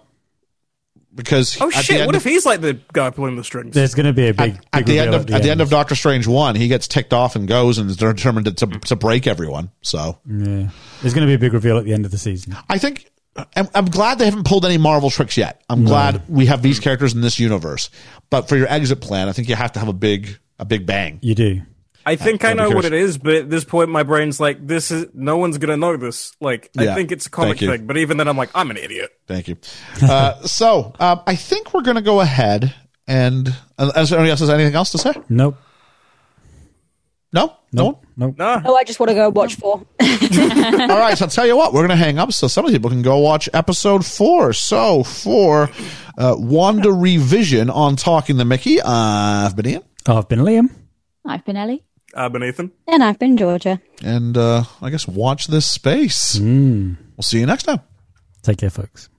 Because
Oh
at the
shit!
end
What
of-
if he's like the guy pulling the strings?
There's going to be a big.
at,
big
at the
reveal
end of at the, end of Doctor Strange one, he gets ticked off and goes and is determined to, to, to break everyone. So
Yeah. There's going to be a big reveal at the end of the season.
I think I'm, I'm glad they haven't pulled any Marvel tricks yet. I'm glad we have these characters in this universe. But for your exit plan, I think you have to have a big a big bang.
You do.
I think I
I'd be
know what it
curious.
is, but at this point, my brain's like, "This is no one's gonna know this." Like,
Yeah,
I think it's a comic
thank you.
thing, but even then, I'm like, "I'm an idiot."
Thank you. Uh, so um, I think we're going to go ahead and uh, unless anybody else has anything else to say.
Nope.
No, no one.
Nope. Nope.
No,
Oh, I just want to go watch four.
All right, so I'll tell you what, we're going to hang up so some of the people can go watch episode four. So for uh, Wanda Revision on Talking the Mickey, uh, I've been Ian,
Oh, I've been Liam.
I've been Ellie.
I've been Ethan.
And I've been Georgia.
and uh, I guess watch this space. We'll see you next time.
Take care, folks.